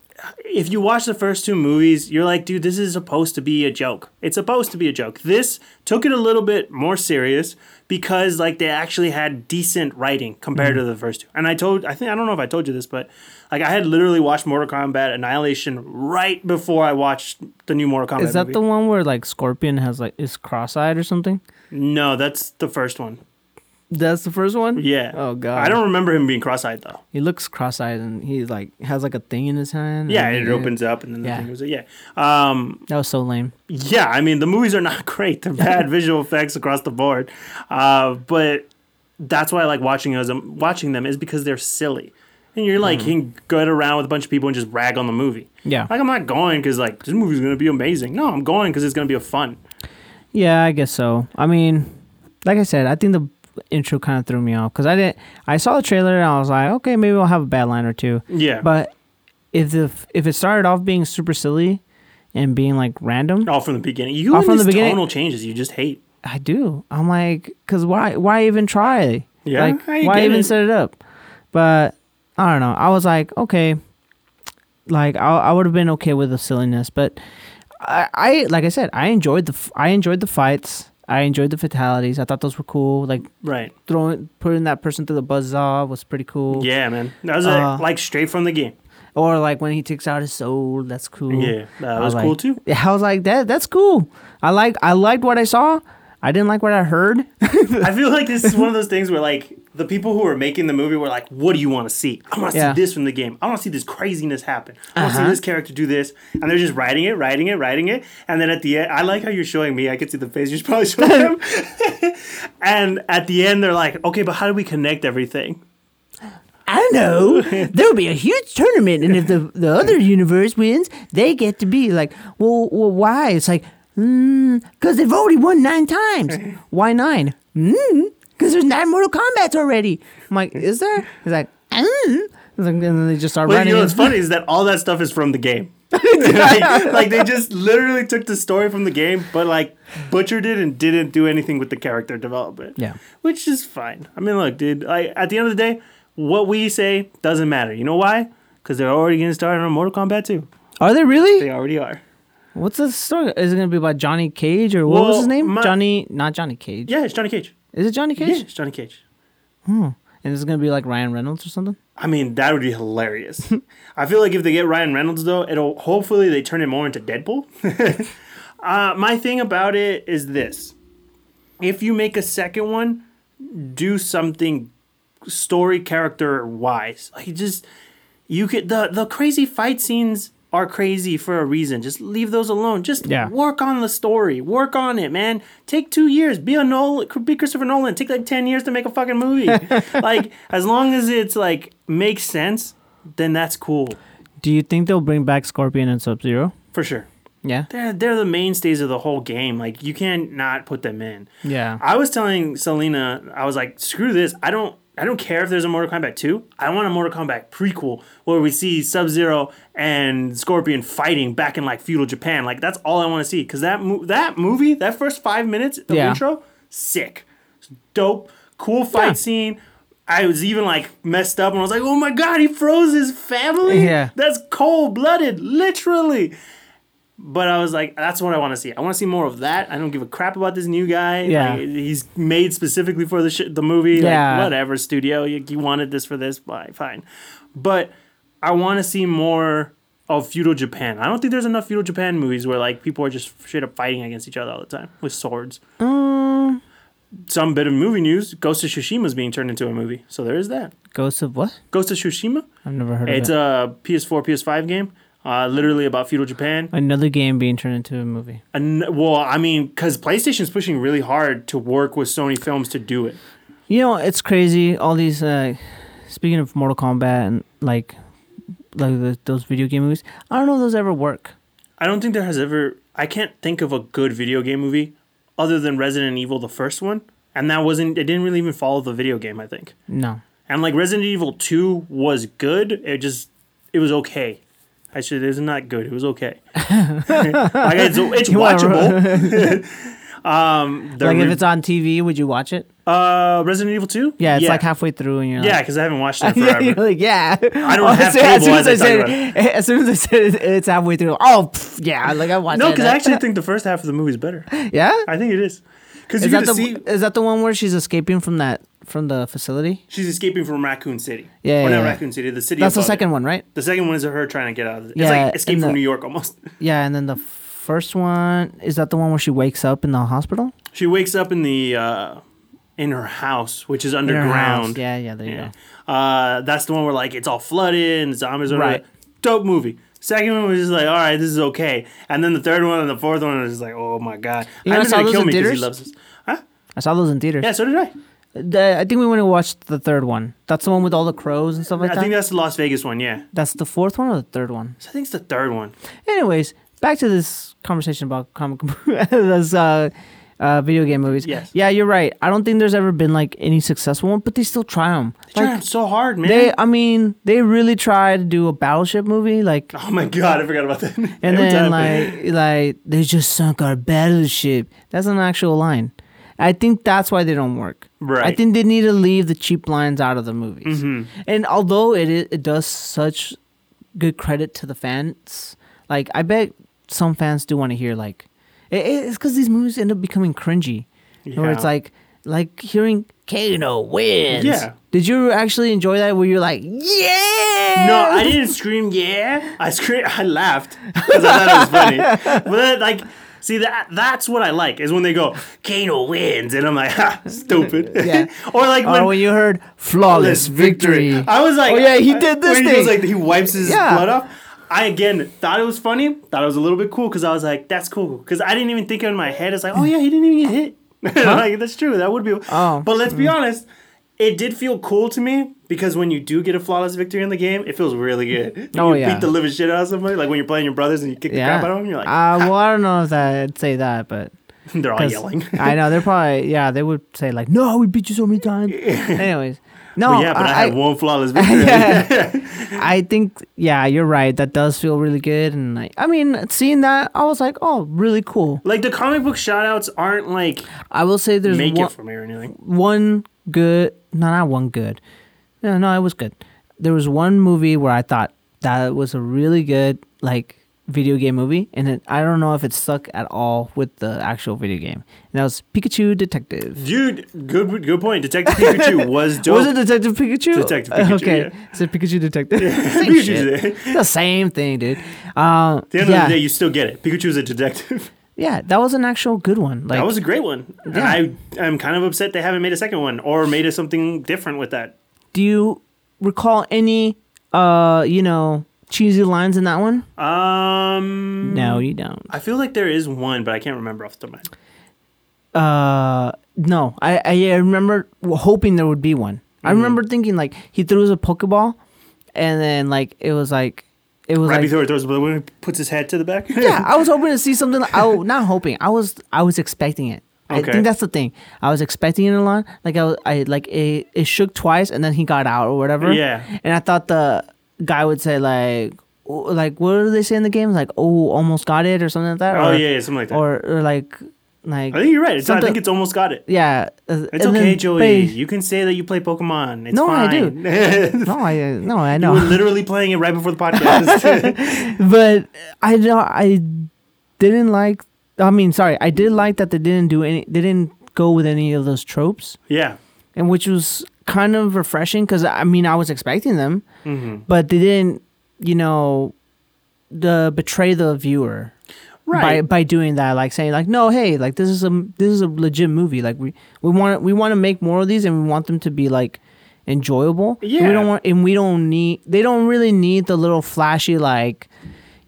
if you watch the first two movies, you're like, dude, this is supposed to be a joke. It's supposed to be a joke. This took it a little bit more serious because, like, they actually had decent writing compared Mm-hmm. to the first two. And I told, I think, I don't know if I told you this, but like, I had literally watched Mortal Kombat Annihilation right before I watched the new Mortal Kombat. is that movie. the one where like Scorpion has like is cross-eyed or something? No, that's the first one. That's the first one. Yeah. Oh god. I don't remember him being cross-eyed though. He looks cross-eyed and he like has like a thing in his hand. Yeah, and it opens up and then the Mm-hmm. Yeah. thing goes. Yeah, um, That was so lame. yeah. I mean, the movies are not great; they're bad visual effects across the board. Uh, but that's why I like watching as um, watching them is because they're silly, and you're like you can go around with a bunch of people and just rag on the movie. Mm-hmm. Yeah. Like I'm not going because like this movie's gonna be amazing. No, I'm going because it's gonna be a fun. Yeah, I guess so. I mean, like I said, I think the intro kind of threw me off because I didn't. I saw the trailer and I was like, okay, maybe we'll have a bad line or two. Yeah. But if the if it started off being super silly and being like random, all from the beginning. You All and from the these beginning- tonal changes you just hate. I do. I'm like, cause why? Why even try? Yeah, Like, I why get even it. set it up? But I don't know. I was like, okay, like I I would have been okay with the silliness, but I, I like I said, I enjoyed the f- I enjoyed the fights. I enjoyed the fatalities. I thought those were cool. Like Right. throwing putting that person through the buzzsaw was pretty cool. Yeah, man. That was Uh, like, like straight from the game. Or like when he takes out his soul, that's cool. Yeah, that I was like- cool too. Yeah, I was like that. That's cool. I like I liked what I saw. I didn't like what I heard. I feel like this is one of those things where like the people who are making the movie were like, "What do you want to see? I want to Yeah. see this from the game. I want to see this craziness happen. I want to Uh-huh. see this character do this." And they're just writing it, writing it, writing it, and then at the end, I like how you're showing me. I can see the face you're probably showing him. and at the end, they're like, "Okay, but how do we connect everything?" I know there'll be a huge tournament, and if the the other universe wins, they get to be like, well, well why? It's like, mm, because they've already won nine times. Why nine? Mm, because there's nine Mortal Kombat's already. I'm like, is there? He's like, mm. It's like, and then they just start But running. you know in. what's funny is that all that stuff is from the game. like, like, they just literally took the story from the game, but like butchered it and didn't do anything with the character development. Yeah. which is fine. I mean, look, dude. Like at the end of the day, what we say doesn't matter. You know why? Because they're already getting started on Mortal Kombat 2. Are they really? They already are. What's the story? Is it gonna be about Johnny Cage or what was Well, his name? my- Johnny, not Johnny Cage. Yeah, it's Johnny Cage. Is it Johnny Yeah, Cage? it's Johnny Cage. And it's gonna be like Ryan Reynolds or something. I mean, that would be hilarious. I feel like if they get Ryan Reynolds though, it'll hopefully they turn it more into Deadpool. uh, my thing about it is this: if you make a second one, do something story character wise. Like just you could the the crazy fight scenes are crazy for a reason. Just leave those alone. Just Yeah. work on the story. Work on it, man. Take two years. Be a Nolan. Be Christopher Nolan. Take like ten years to make a fucking movie. like as long as it's like makes sense, then that's cool Do you think they'll bring back Scorpion and Sub Zero? for sure. Yeah. They're they're the mainstays of the whole game. Like you can't not put them in. Yeah. I was telling Selena, I was like, screw this. I don't I don't care if there's a Mortal Kombat 2. I want a Mortal Kombat prequel where we see Sub Zero and Scorpion fighting back in like feudal Japan. Like that's all I want to see because that mo- that movie, that first five minutes of Yeah. intro, sick, dope, cool fight Yeah. scene. I was even like messed up and I was like, oh my god, he froze his family. Yeah. that's cold blooded, literally. But I was like, that's what I want to see. I want to see more of that. I don't give a crap about this new guy. Yeah. Like, he's made specifically for the sh- the movie. Yeah. Like, whatever, studio. You, you wanted this for this. Fine, fine. But I want to see more of feudal Japan. I don't think there's enough feudal Japan movies where like people are just straight up fighting against each other all the time with swords. Um, Some bit of movie news: Ghost of Tsushima is being turned into a movie, so there is that. Ghost of what? Ghost of Tsushima. I've never heard It's of it. a PS4, PS5 game. Uh, literally about feudal Japan. Another game being turned into a movie. An- well, I mean, because PlayStation's pushing really hard to work with Sony Films to do it. You know, it's crazy. All these. Uh, speaking of Mortal Kombat and like, like the, those video game movies. I don't know if those ever work. I don't think there has ever. I can't think of a good video game movie other than Resident Evil, the first one, and that wasn't. It didn't really even follow the video game. I think. No. And like Resident Evil Two was good. It just it was okay. I should it was not good. It was okay. like it's, it's You wanna- watchable. um, the Like if re- it's on TV, would you watch it? uh, Resident Evil Two. Yeah, it's like halfway through and you're yeah, like. because I haven't watched it in Yeah, you're forever. like, yeah. I don't have as soon cable as as I I talk said, about as soon as I said it, it's halfway through. Oh, pff, yeah. Like I watched. no, it. because I actually think the first half of the movie is better. yeah. I think it is. Because you Is get that to the see is that the one where she's escaping from that from the facility? she's escaping from Raccoon City. Yeah, or yeah, not yeah. Raccoon City. The city. That's the above it. second one, right? The second one is her trying to get out. Of the, Yeah, it's like escape in from the- New York almost. Yeah, and then the first one is that the one where she wakes up in the hospital She wakes up in the uh, in her house, which is In her house. underground. Yeah, yeah, there you Yeah. go. Uh, that's the one where like it's all flooded and zombies are Right. Dope movie. Second one was just like, all right, this is okay. And then the third one and the fourth one was just like, oh my god, You I'm guys just saw gonna those kill in me because he theaters? loves us. I saw those in theaters. Yeah, so did I. The- I think we went and watched the third one. That's the one with all the crows and stuff like I that. think that's the Las Vegas one. Yeah, that's the fourth one or the third one. so I think it's the third one. Anyways, back to this conversation about comic those uh, uh, video game movies. Yes. Yeah, you're right. I don't think there's ever been like any successful one, but they still try them. They tried so hard, man. They, I mean, they really try to do a battleship movie, like, oh my god, I forgot about that. and Every time. then like, like they just sunk our battleship. That's an actual line. I think that's why they don't work. I Right. Mm-hmm. think they need to leave the cheap lines out of the movies. And although it i- it does such good credit to the fans, like I bet some fans do want to hear like it, it's because these movies end up becoming cringy, where it's Yeah. like like hearing Kano wins. Yeah. Did you actually enjoy that? Where you're like, yeah. No, I didn't scream. Yeah, I screamed. I laughed because I thought it was funny. But then, like, see that that's what I like is when they go Kano wins, and I'm like, ha, stupid. Yeah. or like when, Or when you heard flawless victory. I was like, uh, oh yeah, he did this when thing. He does, like he wipes his Yeah. blood off. I again thought it was funny. Thought it was a little bit cool because I was like, that's cool. Because I didn't even think in my head. It's like, oh yeah, he didn't even get hit. like that's true. That would be. Oh. But let's be honest. It did feel cool to me because when you do get a flawless victory in the game, it feels really good. When Oh, you yeah. beat the living shit out of somebody, like when you're playing your brothers and you kick yeah. the crap out of them, you're like, uh, well, I don't know if I'd say that, but they're all 'cause yelling. I know they're probably yeah. They would say like, no, we beat you so many times. Anyways, no. yeah, but I, had one flawless victory. I think yeah, you're right. That does feel really good, and like I mean, seeing that, I was like, oh, really cool. Like the comic book shout outs aren't like I will say there's make one, it for me or anything. one good, no, not one good. No, no, it was good. There was one movie where I thought that was a really good like video game movie, and it, I don't know if it stuck at all with the actual video game. And that was Pikachu Detective. Dude, good good point. Detective Pikachu was dope. Was it Detective Pikachu? Detective Pikachu, Okay, yeah. it's a Pikachu Detective. same Pikachu's shit. it. It's the same thing, dude. Uh, At the end yeah. of the day, you still get it. Pikachu's a detective. Yeah, that was an actual good one. Like, that was a great one. I I'm kind of upset they haven't made a second one or made it something different with that. do you recall any, uh, you know, cheesy lines in that one? Um, No, you don't. I feel like there is one, but I can't remember off the top of my head. Uh, no, I I remember hoping there would be one. I Mm. remember thinking like he throws a pokeball, and then like it was like it was Right like. before it throws, but when he puts his head to the back. yeah, I was hoping to see something. Like, I was not hoping. I was I was expecting it. I Okay. think that's the thing. I was expecting it a lot. Like I, was, I like it, it shook twice, and then he got out or whatever. Yeah. And I thought the guy would say like, oh, like what do they say in the game? Like oh, almost got it or something like that. oh or, yeah, yeah, something like that. Or or like like I think you're right. It's, I something- think it's almost got it. yeah. uh, It's and okay, then Joey. they- You can say that you play Pokemon. It's No, I fine. do. do. no, I uh, no, I We're know. literally playing it right before the podcast. but I don't. I didn't like. I mean, sorry. I did like that they didn't do any. They didn't go with any of those tropes. yeah. and which was kind of refreshing because I mean I was expecting them, but they didn't, you know, the betray the viewer by Right. by doing that, like saying like no, hey, like this is a this is a legit movie, like we we want we want to make more of these and we want them to be like enjoyable. And we Yeah. don't want and we don't need they don't really need the little flashy like,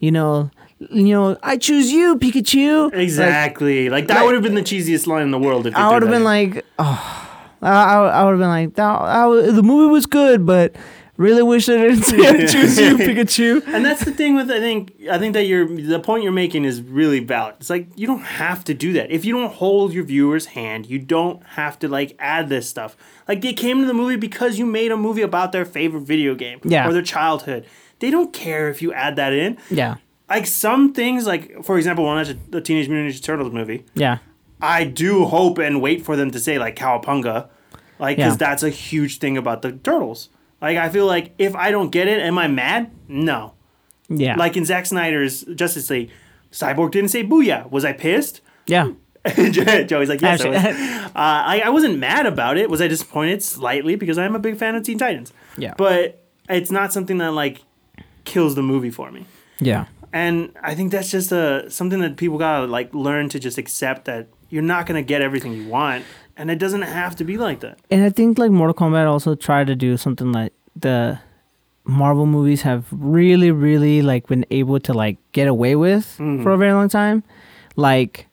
you know. You know, I choose you, Pikachu. Like, Exactly. Like, that like- would have been the cheesiest line in the world. If they I threw would have that in. been like, oh, I, I would have been like, that, I w- the movie was good, but really wish they didn't say I choose you, Pikachu. and that's the thing with I think I think that you're the point you're making is really valid. It's like you don't have to do that if you don't hold your viewer's hand. You don't have to like add this stuff. Like they came to the movie because you made a movie about their favorite video game Yeah. or their childhood. They don't care if you add that in. Yeah, Like some things, like for example, when I watched the Teenage Mutant Ninja Turtles movie, yeah, I do hope and wait for them to say like Cowabunga, like because Yeah. that's a huge thing about the turtles. Like I feel like if I don't get it, am I mad? No. yeah, Like in Zack Snyder's Justice League, Cyborg didn't say "booyah." Was I pissed? yeah, Joey's like, yes, I, Actually- was. Uh, I, I wasn't mad about it. Was I disappointed slightly because I'm a big fan of Teen Titans? Yeah. But it's not something that like kills the movie for me yeah, and I think that's just a something that people gotta like learn to just accept that you're not gonna get everything you want, and it doesn't have to be like that. and I think like Mortal Kombat also tried to do something like the Marvel movies have really, really like been able to like get away with Mm-hmm. for a very long time, like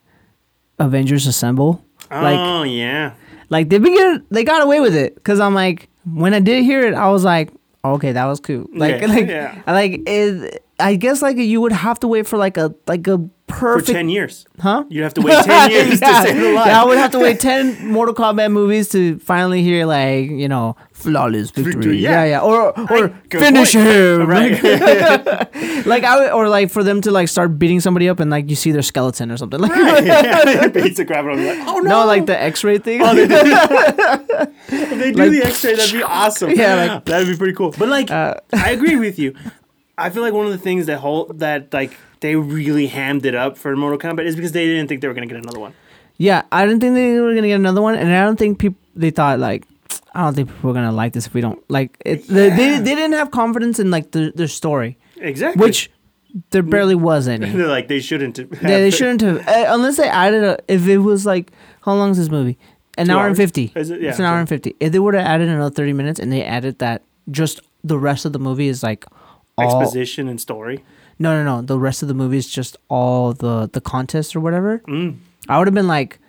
Avengers Assemble, like oh yeah, Like they begin, they got away with it because I'm like, when I did hear it, I was like, okay, that was cool. Like, Yeah, like, yeah. I like it. I guess like you would have to wait for like a like a for perfect, ten years, huh? you'd have to wait ten years yeah. to save a Yeah, I life. would have to wait ten Mortal Kombat movies to finally hear like you know flawless victory. Victory, yeah. yeah. yeah, or or good finish point. him. Right. Like, like I would, or like for them to like start beating somebody up and like you see their skeleton or something. Like yeah, beats the crap out of me. Like, oh no! no, like the X-ray thing. If they do like- the X-ray, that'd be awesome. Yeah, like- uh, that'd be pretty cool. But like, I agree with you. I feel like one of the things that whole that like they really hammed it up for Mortal Kombat is because they didn't think they were gonna get another one. Yeah, I didn't think they were gonna get another one, and I don't think people they thought like, I don't think people are gonna like this if we don't like it. They, they, they didn't have confidence in like the, their story, Exactly. which there barely was any. they're like they shouldn't. have- they, they shouldn't have uh, unless they added a. If it was like how long is this movie? An Two hour and hours? fifty. Is it? Yeah, it's an hour and fifty. If they would have added another thirty minutes, and they added that, just the rest of the movie is like all. exposition and story. No, no, no. The rest of the movie is just all the the contests or whatever. Mm. I would have been like,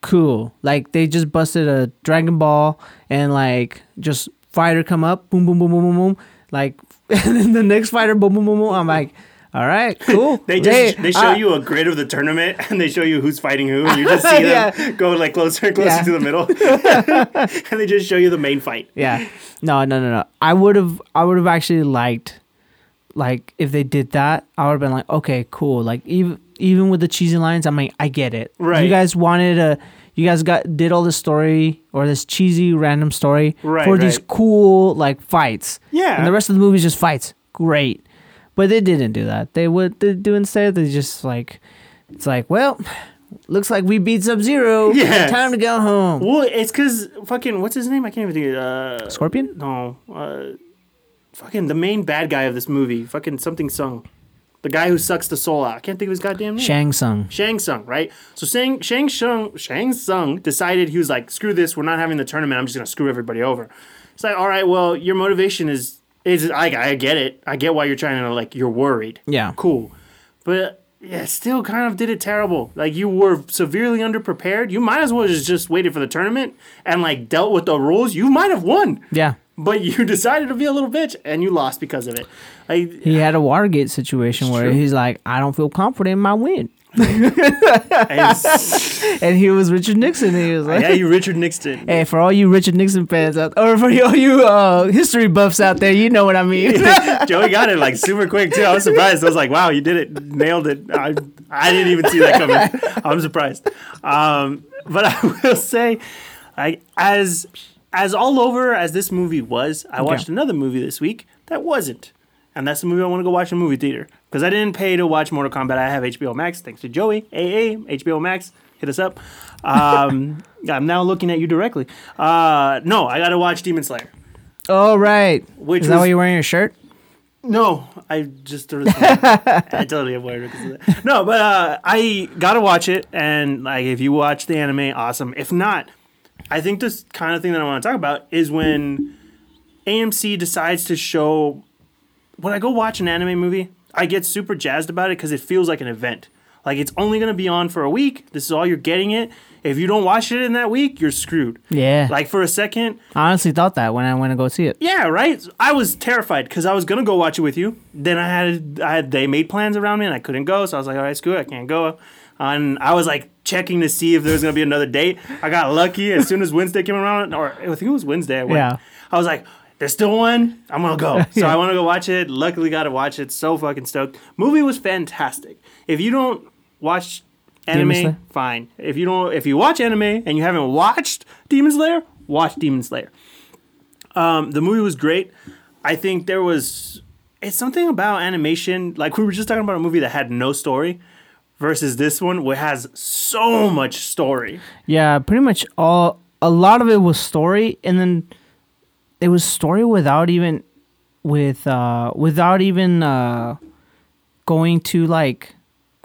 cool. Like they just busted a Dragon Ball and like just fighter come up, boom, boom, boom, boom, boom, boom. Like and then the next fighter, boom, boom, boom, boom. I'm like, all right, cool. They just Hey, they show I- you a grid of the tournament and they show you who's fighting who and you just see them Yeah. go like closer and closer Yeah. to the middle. and they just show you the main fight. Yeah. No, no, no, no. I would have I would have actually liked like if they did that, I would have been like, okay, cool. Like even even with the cheesy lines, I'm like, I get it. Right. You guys wanted a you guys got did all this story or this cheesy random story Right, for these right. cool like fights. Yeah. And the rest of the movie is just fights. Great. But they didn't do that. They would they do instead they just like it's like, well, looks like we beat Sub Zero. Yeah. Time to go home. Well, it's because fucking what's his name? I can't even think. Of, uh, Scorpion? no, uh, fucking the main bad guy of this movie. Fucking something Sung, the guy who sucks the soul out. I can't think of his goddamn name. Shang Tsung. Shang Tsung, right? So Shang Shang Tsung Shang Tsung decided he was like, screw this, we're not having the tournament. I'm just gonna screw everybody over. It's like, all right, well, your motivation is is I I get it. I get why you're trying to like you're worried. Yeah. Cool, but yeah, still kind of did it terrible. Like you were severely underprepared. You might as well just just waited for the tournament and like dealt with the rules. You might have won. Yeah. But you decided to be a little bitch and you lost because of it. Like, He had a Watergate situation where true. he's like, I don't feel confident in my win. it's- And he was Richard Nixon. And he was like, yeah, you Richard Nixon. Hey, for all you Richard Nixon fans out or for all you uh, history buffs out there, you know what I mean. Joey got it like super quick too. I was surprised. I was like, "Wow, you did it, nailed it." I, I didn't even see that coming. I'm surprised. Um, but I will say, I as as all over as this movie was, I watched another movie this week that wasn't, and that's the movie I want to go watch in movie theater because I didn't pay to watch Mortal Kombat. I have HBO Max. Thanks to Joey, AA HBO Max. Hit us up. Um, I'm now looking at you directly. Uh, no, I got to watch Demon Slayer. all right. Which Is that was- why you're wearing your shirt? No, I just threw this one. I totally avoided it. 'cause of that. No, but uh, I gotta watch it, and like if you watch the anime, awesome. If not, I think this kind of thing that I want to talk about is when AMC decides to show. When I go watch an anime movie, I get super jazzed about it because it feels like an event. Like it's only gonna be on for a week. This is all you're getting it. If you don't watch it in that week, you're screwed. Yeah. Like for a second, I honestly thought that when I went to go see it. yeah, right. I was terrified because I was gonna go watch it with you. Then I had, I had they made plans around me and I couldn't go, so I was like, all right, screw it, I can't go. And I was like checking to see if there was gonna be another date. I got lucky as soon as Wednesday came around, or I think it was Wednesday. I went. Yeah. I was like, there's still one. I'm gonna go. So I want to go watch it. Luckily, got to watch it. So fucking stoked. Movie was fantastic. If you don't watch anime, Demon Slayer? fine. If you don't, if you watch anime and you haven't watched Demon Slayer, watch Demon Slayer. Um, the movie was great. I think there was it's something about animation. Like we were just talking about a movie that had no story versus this one, which has so much story. Yeah, pretty much all a lot of it was story and then it was story without even with uh without even uh going to like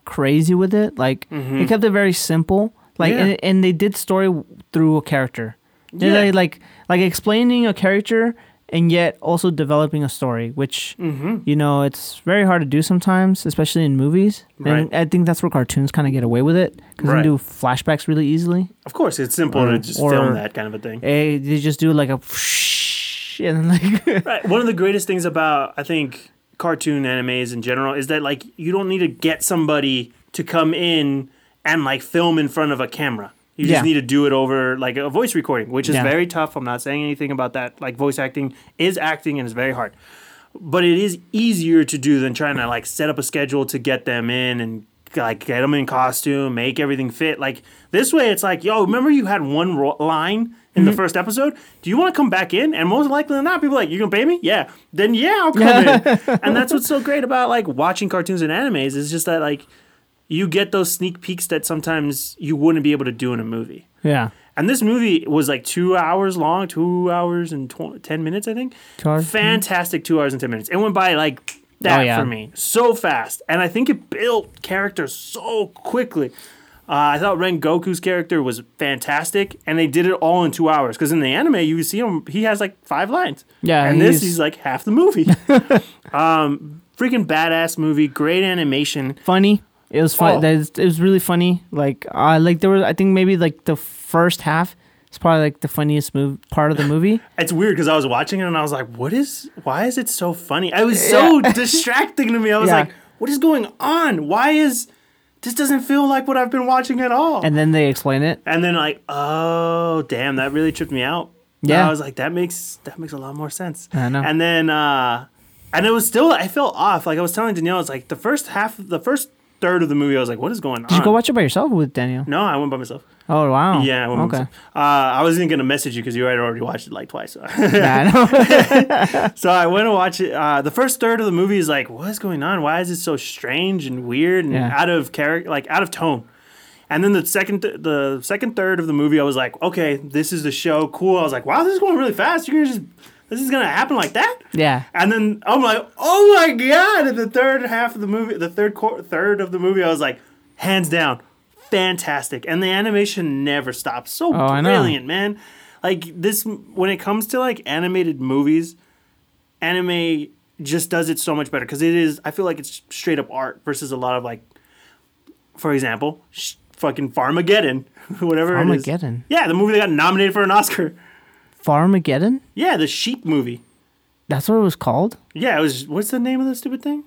crazy with it. Like it kept it very simple. Like Mm-hmm. Yeah. and, and they did story w- through a character. They're Yeah. like- like like explaining a character and yet also developing a story, which Mm-hmm. you know it's very hard to do sometimes, especially in movies. Right. And I think that's where cartoons kind of get away with it because Right. they do flashbacks really easily. Of course, it's simple to Or- just or- film that kind of a thing. Eh, they just do like a and like Right. One of the greatest things about I think cartoon animes in general is that like you don't need to get somebody to come in and like film in front of a camera. You just Yeah. need to do it over like a voice recording, which is Yeah. very tough. I'm not saying anything about that. Like voice acting is acting and it's very hard. But it is easier to do than trying to like set up a schedule to get them in and like get them in costume, make everything fit. Like this way, it's like, yo, remember you had one ro- line in the first episode, do you want to come back in? And most likely than not, people are like, you gonna pay me? Yeah. Then yeah, I'll come in. And that's what's so great about like watching cartoons and animes is just that like you get those sneak peeks that sometimes you wouldn't be able to do in a movie. Yeah. And this movie was like two hours long, two hours and tw- 10 minutes, I think. Two hours? Fantastic two hours and 10 minutes. It went by like that Oh, yeah. for me so fast. And I think it built characters so quickly. Uh, I thought Ren Goku's character was fantastic, and they did it all in two hours. Because in the anime, you see him, he has like five lines. Yeah, And this, he's- he's like half the movie. um, freaking badass movie, great animation. Funny. It was fun. Oh. that is- It was really funny. Like I like there was I think maybe like the first half is probably like the funniest move part of the movie. It's weird because I was watching it and I was like, "What is? Why is it so funny?" I was so distracting to me. I was Yeah. like, "What is going on? Why is this doesn't feel like what I've been watching at all?" And, and then they explain it. then like, "Oh, damn, that really tripped me out." And Yeah. I was like, "That makes that makes a lot more sense." I know. And then, uh, and it was still I felt off. Like I was telling Danielle, it's like the first half, the first third of the movie, I was like, "What is going on?" Did you go watch it by yourself with Daniel? No, I went by myself. Oh wow. Yeah, I went by Okay. myself. Uh, I wasn't gonna message you because you had already watched it like twice. yeah, I know. So I went to watch it. Uh, the first third of the movie is like, what is going on? Why is it so strange and weird and Yeah. out of character, like out of tone? And then the second, th- the second third of the movie, I was like, okay, this is the show. Cool. I was like, wow, this is going really fast. You're gonna just, this is gonna happen like that. yeah. And then I'm like, oh my god! And the third half of the movie, the third quar- third of the movie, I was like, hands down, fantastic. And the animation never stops. So Oh, I know. brilliant, man! Like this, when it comes to like animated movies, anime just does it so much better because it is. I feel like it's straight up art versus a lot of like, for example, sh- fucking Farmageddon, whatever. it is. Farmageddon? Yeah, the movie that got nominated for an Oscar. Farmageddon? Yeah, the sheep movie. That's what it was called? Yeah, it was. What's the name of the stupid thing?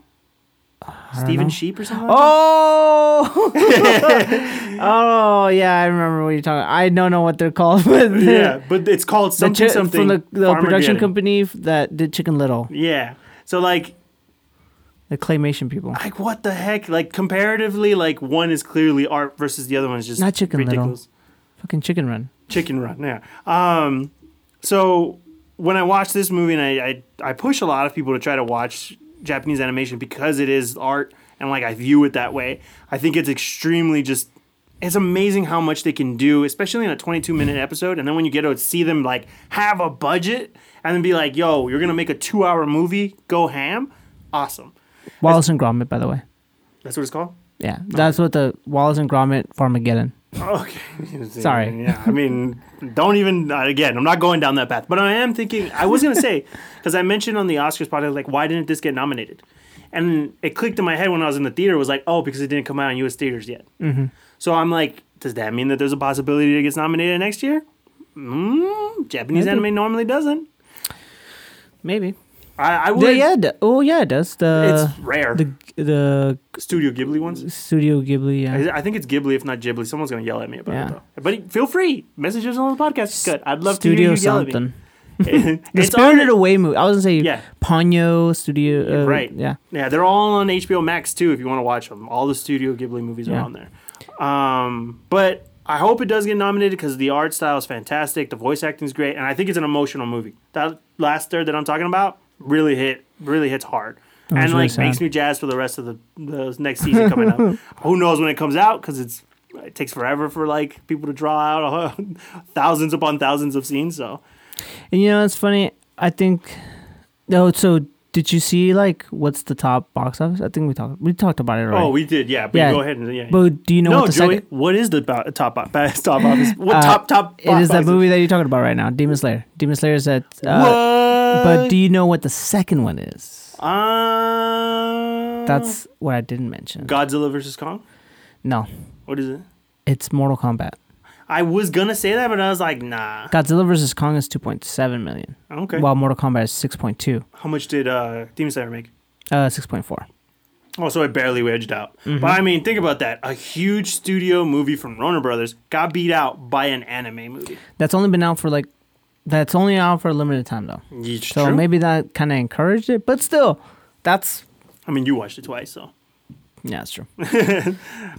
Stephen Sheep or something. Like Oh, oh yeah, I remember what you're talking. I don't know what they're called, but that? yeah, but it's called the something chi- something from the, the production Farmageddon. company f- that did Chicken Little, Yeah, so like, the claymation people. like what the heck? Like comparatively, like one is clearly art versus the other one is just Not Chicken Little. ridiculous. Fucking Chicken Run. Chicken Run. Yeah. Um, so when I watch this movie, and I, I I push a lot of people to try to watch Japanese animation because it is art, and like I view it that way. I think it's extremely just. It's amazing how much they can do, especially in a 22 minute episode. And then when you get to see them like have a budget and then be like, "Yo, you're gonna make a two hour movie, go ham," awesome. Wallace and Gromit, by the way. That's what it's called. Yeah, that's what the Wallace and Gromit Farmageddon. Okay. Sorry. Yeah. I mean, don't even, uh, again, I'm not going down that path, but I am thinking, I was going to say, because I mentioned on the Oscars podcast, like, why didn't this get nominated? And it clicked in my head when I was in the theater, was like, oh, because it didn't come out in US theaters yet. Mm-hmm. So I'm like, does that mean that there's a possibility it gets nominated next year? Mm, Japanese Maybe. anime normally doesn't. Maybe. I, I Yeah, would. yeah. it- Oh, yeah, it does. The it's rare. the Mm-hmm. the Studio Ghibli ones. Studio Ghibli. Yeah. I I think it's Ghibli, if not Ghibli. Someone's going to yell at me about Yeah. it, though. But feel free. Messages on the podcast is good. I'd love to hear Studio you yell at me. something. The it's Spirited on, Away movie. I was gonna say Yeah. Ponyo Studio. Uh, right. Yeah. yeah, they're all on HBO Max too. If you want to watch them, all the Studio Ghibli movies are Yeah. on there. Um, but I hope it does get nominated because the art style is fantastic, the voice acting is great, and I think it's an emotional movie. That last third that I'm talking about really hit, really hits hard, and really like sad. makes me jazzed for the rest of the, the next season coming up. Who knows when it comes out because it's it takes forever for like people to draw out thousands upon thousands of scenes. So And you know, it's funny. I think. No, so did you see like what's the top box office? I think we talked we talked about it already. oh, we did, yeah. But Yeah. go ahead and yeah. but do you know No, what the Joey, second? what is the bo- top bo- best top office? What Uh, top top? It is that box movie that you're talking about right now, Demon Slayer. Demon Slayer is at. office? Uh, but do you know what the second one is? What? Uh, That's what I didn't mention. Godzilla versus Kong. No, What is it? it's Mortal Kombat. I was gonna say that, but I was like, nah. Godzilla vs Kong is 2.7 million, Okay. while Mortal Kombat is 6.2, How much did uh, Demon Slayer make? uh, 6.4. Oh, so it barely edged out. Mm-hmm. But I mean, think about that. A huge studio movie from Rona Brothers got beat out by an anime movie. That's only been out for like, that's only out for a limited time though. It's So true. maybe that kind of encouraged it, but still, that's I mean, you watched it twice, so. yeah, that's true.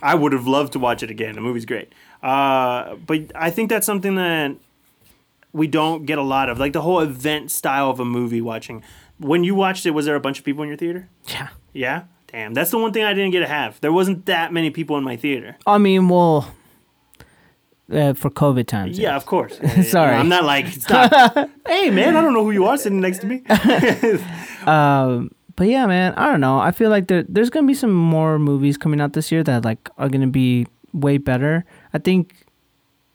I would have loved to watch it again. The movie's great. Uh, but I think that's something that we don't get a lot of like the whole event style of a movie watching. When you watched it, was there a bunch of people in your theater? Yeah. Yeah. Damn, that's the one thing I didn't get to have. There wasn't that many people in my theater. I mean, well, uh, for COVID times. Yeah, of course. Sorry. I'm not like, stop. hey, man, I don't know who you are sitting next to me. Um, but yeah, man, I don't know. I feel like there, there's gonna be some more movies coming out this year that like are gonna be way better. I think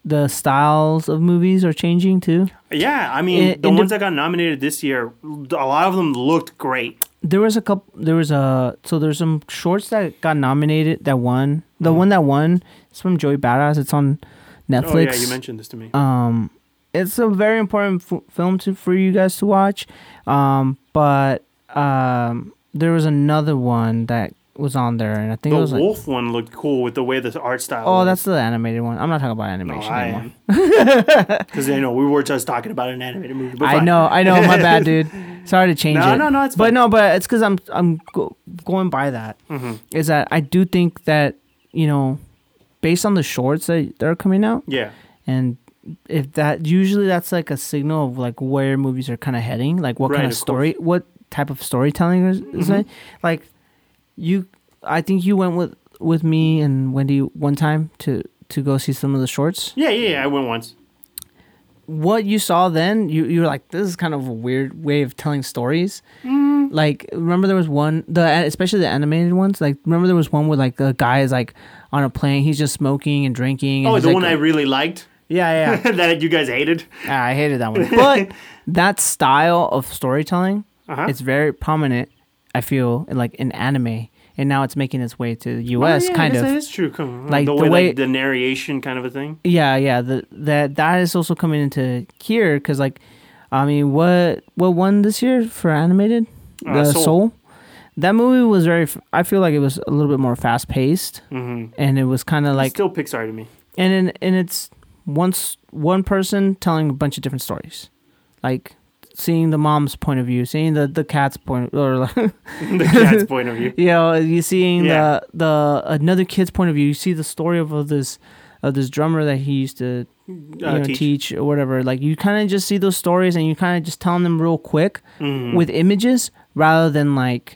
the styles of movies are changing too. yeah, I mean, In- the in the- ones that got nominated this year, a lot of them looked great. There was a couple. There was a so there's some shorts that got nominated that won. The one that won is from Joey Badass. It's on Netflix. Mm-hmm. Oh, yeah, you mentioned this to me. Um, it's a very important f- film to for you guys to watch. Um, but um, there was another one that was on there, and I think the it was like, wolf one looked cool with the way this art style oh, was. that's the animated one. I'm not talking about No, animation I anymore. am. Because, you know, we were just talking about an animated movie. But I fine. know, I know, my bad, dude. Sorry to change No, it. no, no, it's But fine. no, but it's because I'm I'm go- going by that. Mhm. Is that I do think that you know, based on the shorts that that are coming out, Yeah. and if that usually that's like a signal of like where movies are kind of heading like what Right, kind of of Mm-hmm. story what type of storytelling is, is it like you i think you went with with me and wendy one time to to go see some of the shorts Yeah, yeah, yeah. I went once. what you saw then you you were like this is kind of a weird way of telling stories like remember there was one the especially the animated ones like remember there was one where like the guy is like on a plane he's just smoking and drinking and Oh, he's, the like, one I really liked yeah yeah that you guys hated. Ah, I hated that one. But that style of storytelling, Uh-huh. it's very prominent. I feel like in anime, and now it's making its way to the U.S. Oh, yeah, I kind guess of. That is true. Come on. Like, the way, the way- like, the narration kind of a thing. Yeah, yeah. The, that that is also coming into here because, like, I mean, what what won this year for animated? Uh, the Soul. Soul. That movie was very. f- I feel like it was a little bit more fast paced, hmm and it was kind of like, Still Pixar to me. and in, and it's once one person telling a bunch of different stories, like seeing the mom's point of view, seeing the the cat's point, or like, the cat's point of view. you know, you seeing Yeah. the the another kid's point of view. You see the story of, of this of this drummer that he used to you Uh, know, teach. teach. or whatever. Like you kind of just see those stories and you kind of just tell them real quick Mhm. with images rather than like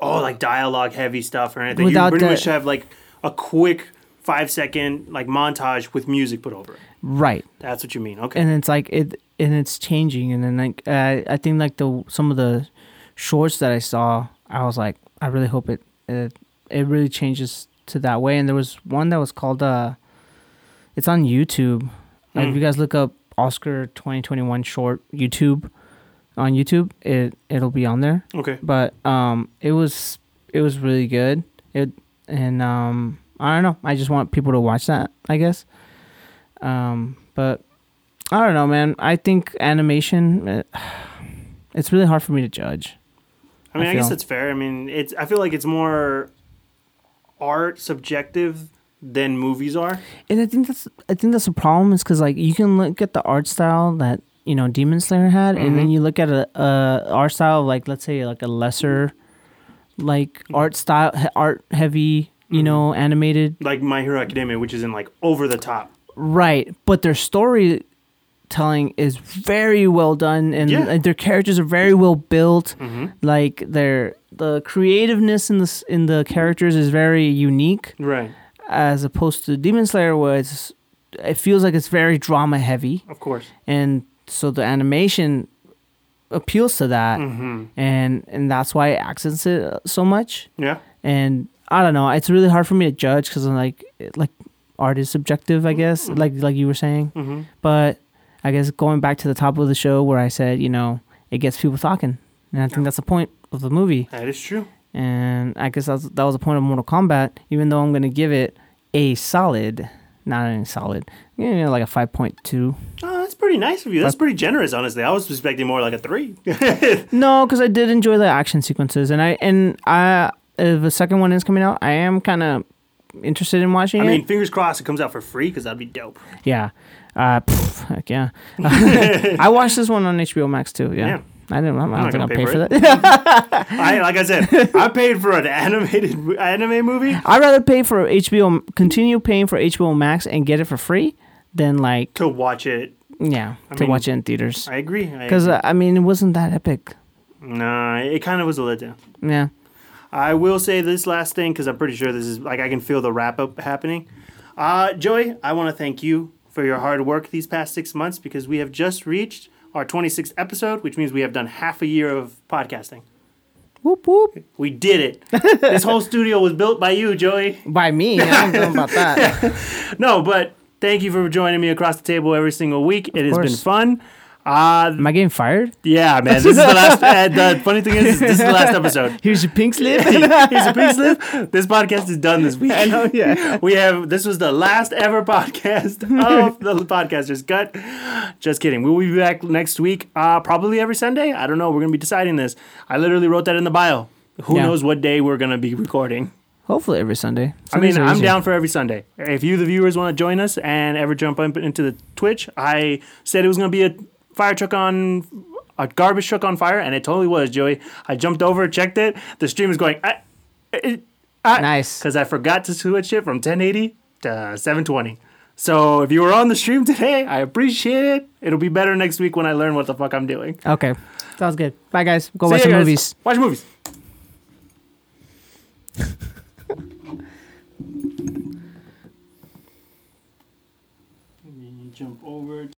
oh, like dialogue heavy stuff or anything. Without you pretty the- much have like a quick five second like montage with music put over it. right. That's what you mean. Okay. and it's like it and it's changing and then like uh, i think like the some of the shorts that i saw i was like i really hope it it, it really changes to that way and there was one that was called uh it's on youtube Like, if Mm. you guys look up oscar 2021 short youtube on youtube it it'll be on there okay. but um it was it was really good it and um i don't know i just want people to watch that i guess um but i don't know man i think animation uh, it's really hard for me to judge I mean, I I, guess feel- that's fair. I mean, it's. I feel like it's more art subjective than movies are. and i think that's i think that's a problem is because like you can look at the art style that you know demon slayer had and then Mhm. you look at a, a art style of like let's say like a lesser like art style art heavy you Mhm. know animated Like My Hero Academia, which is in like over the top. Right, but their storytelling is very well done, and Yeah. uh, their characters are very well built. Mm-hmm. Like their the creativeness in the s- in the characters is very unique, Right. as opposed to Demon Slayer, where it's it feels like it's very drama heavy, Of course. and so the animation appeals to that, Mm-hmm. and and that's why it accents it uh, so much. Yeah. And I don't know, it's really hard for me to judge because I'm like it- like art is subjective, I guess. Like like you were saying. Mm-hmm. But I guess going back to the top of the show where I said, you know, it gets people talking. And I think that's the point of the movie. That is true. And I guess that's, that was the point of Mortal Kombat, even though I'm going to give it a solid, not a solid, you know, like a 5.2. Oh, that's pretty nice of you. That's pretty generous, honestly. I was expecting more like a three. No, because I did enjoy the action sequences. And I, and I, if the second one is coming out, I am kind of interested in watching I it. mean, fingers crossed it comes out for free because that'd be dope. yeah. Uh, pff, heck yeah. I watched this one on HBO Max too. Yeah. Yeah. I didn't, I don't, I'm not think gonna I'll pay pay, for for that. I like I said, I paid for an animated mo- anime movie. I'd rather pay for HBO, continue paying for HBO Max and get it for free than like, to watch it Yeah, I to mean- watch it in theaters. I agree. I Because agree. uh, I mean, it wasn't that epic. nah, it kind of was a letdown. Yeah. I will say this last thing because I'm pretty sure this is like I can feel the wrap up happening. Uh, Joey, I want to thank you for your hard work these past six months because we have just reached our 26th episode, which means we have done half a year of podcasting. Whoop whoop. We did it. this whole studio was built by you, Joey. By me, I don't know about that. No, but thank you for joining me across the table every single week. It has been course. fun. Uh, Am I getting fired? yeah, man. This is the last. And the funny thing is, is this is the last episode. Here's your pink slip. Here's a pink slip. This podcast is done this week. yeah. We have this was the last ever podcast of the Podcasters Cut. Just kidding. We'll be back next week, uh, probably every Sunday. I don't know. We're gonna be deciding this. I literally wrote that in the bio. Who Yeah. knows what day we're gonna be recording? Hopefully every Sunday. Sundays I are mean, I'm easier. down for every Sunday. If you, the viewers, want to join us and ever jump up into the Twitch, I said it was going to be a fire truck on a garbage truck on fire, and it totally was, Joey. I jumped over, checked it. The stream is going. I, I, I, Nice. Because I forgot to switch it from 1080 to 720. So if you were on the stream today, I appreciate it. It'll be better next week when I learn what the fuck I'm doing. Okay. Sounds good. Bye guys. Go See watch ya, some guys. movies. Watch movies. Jump over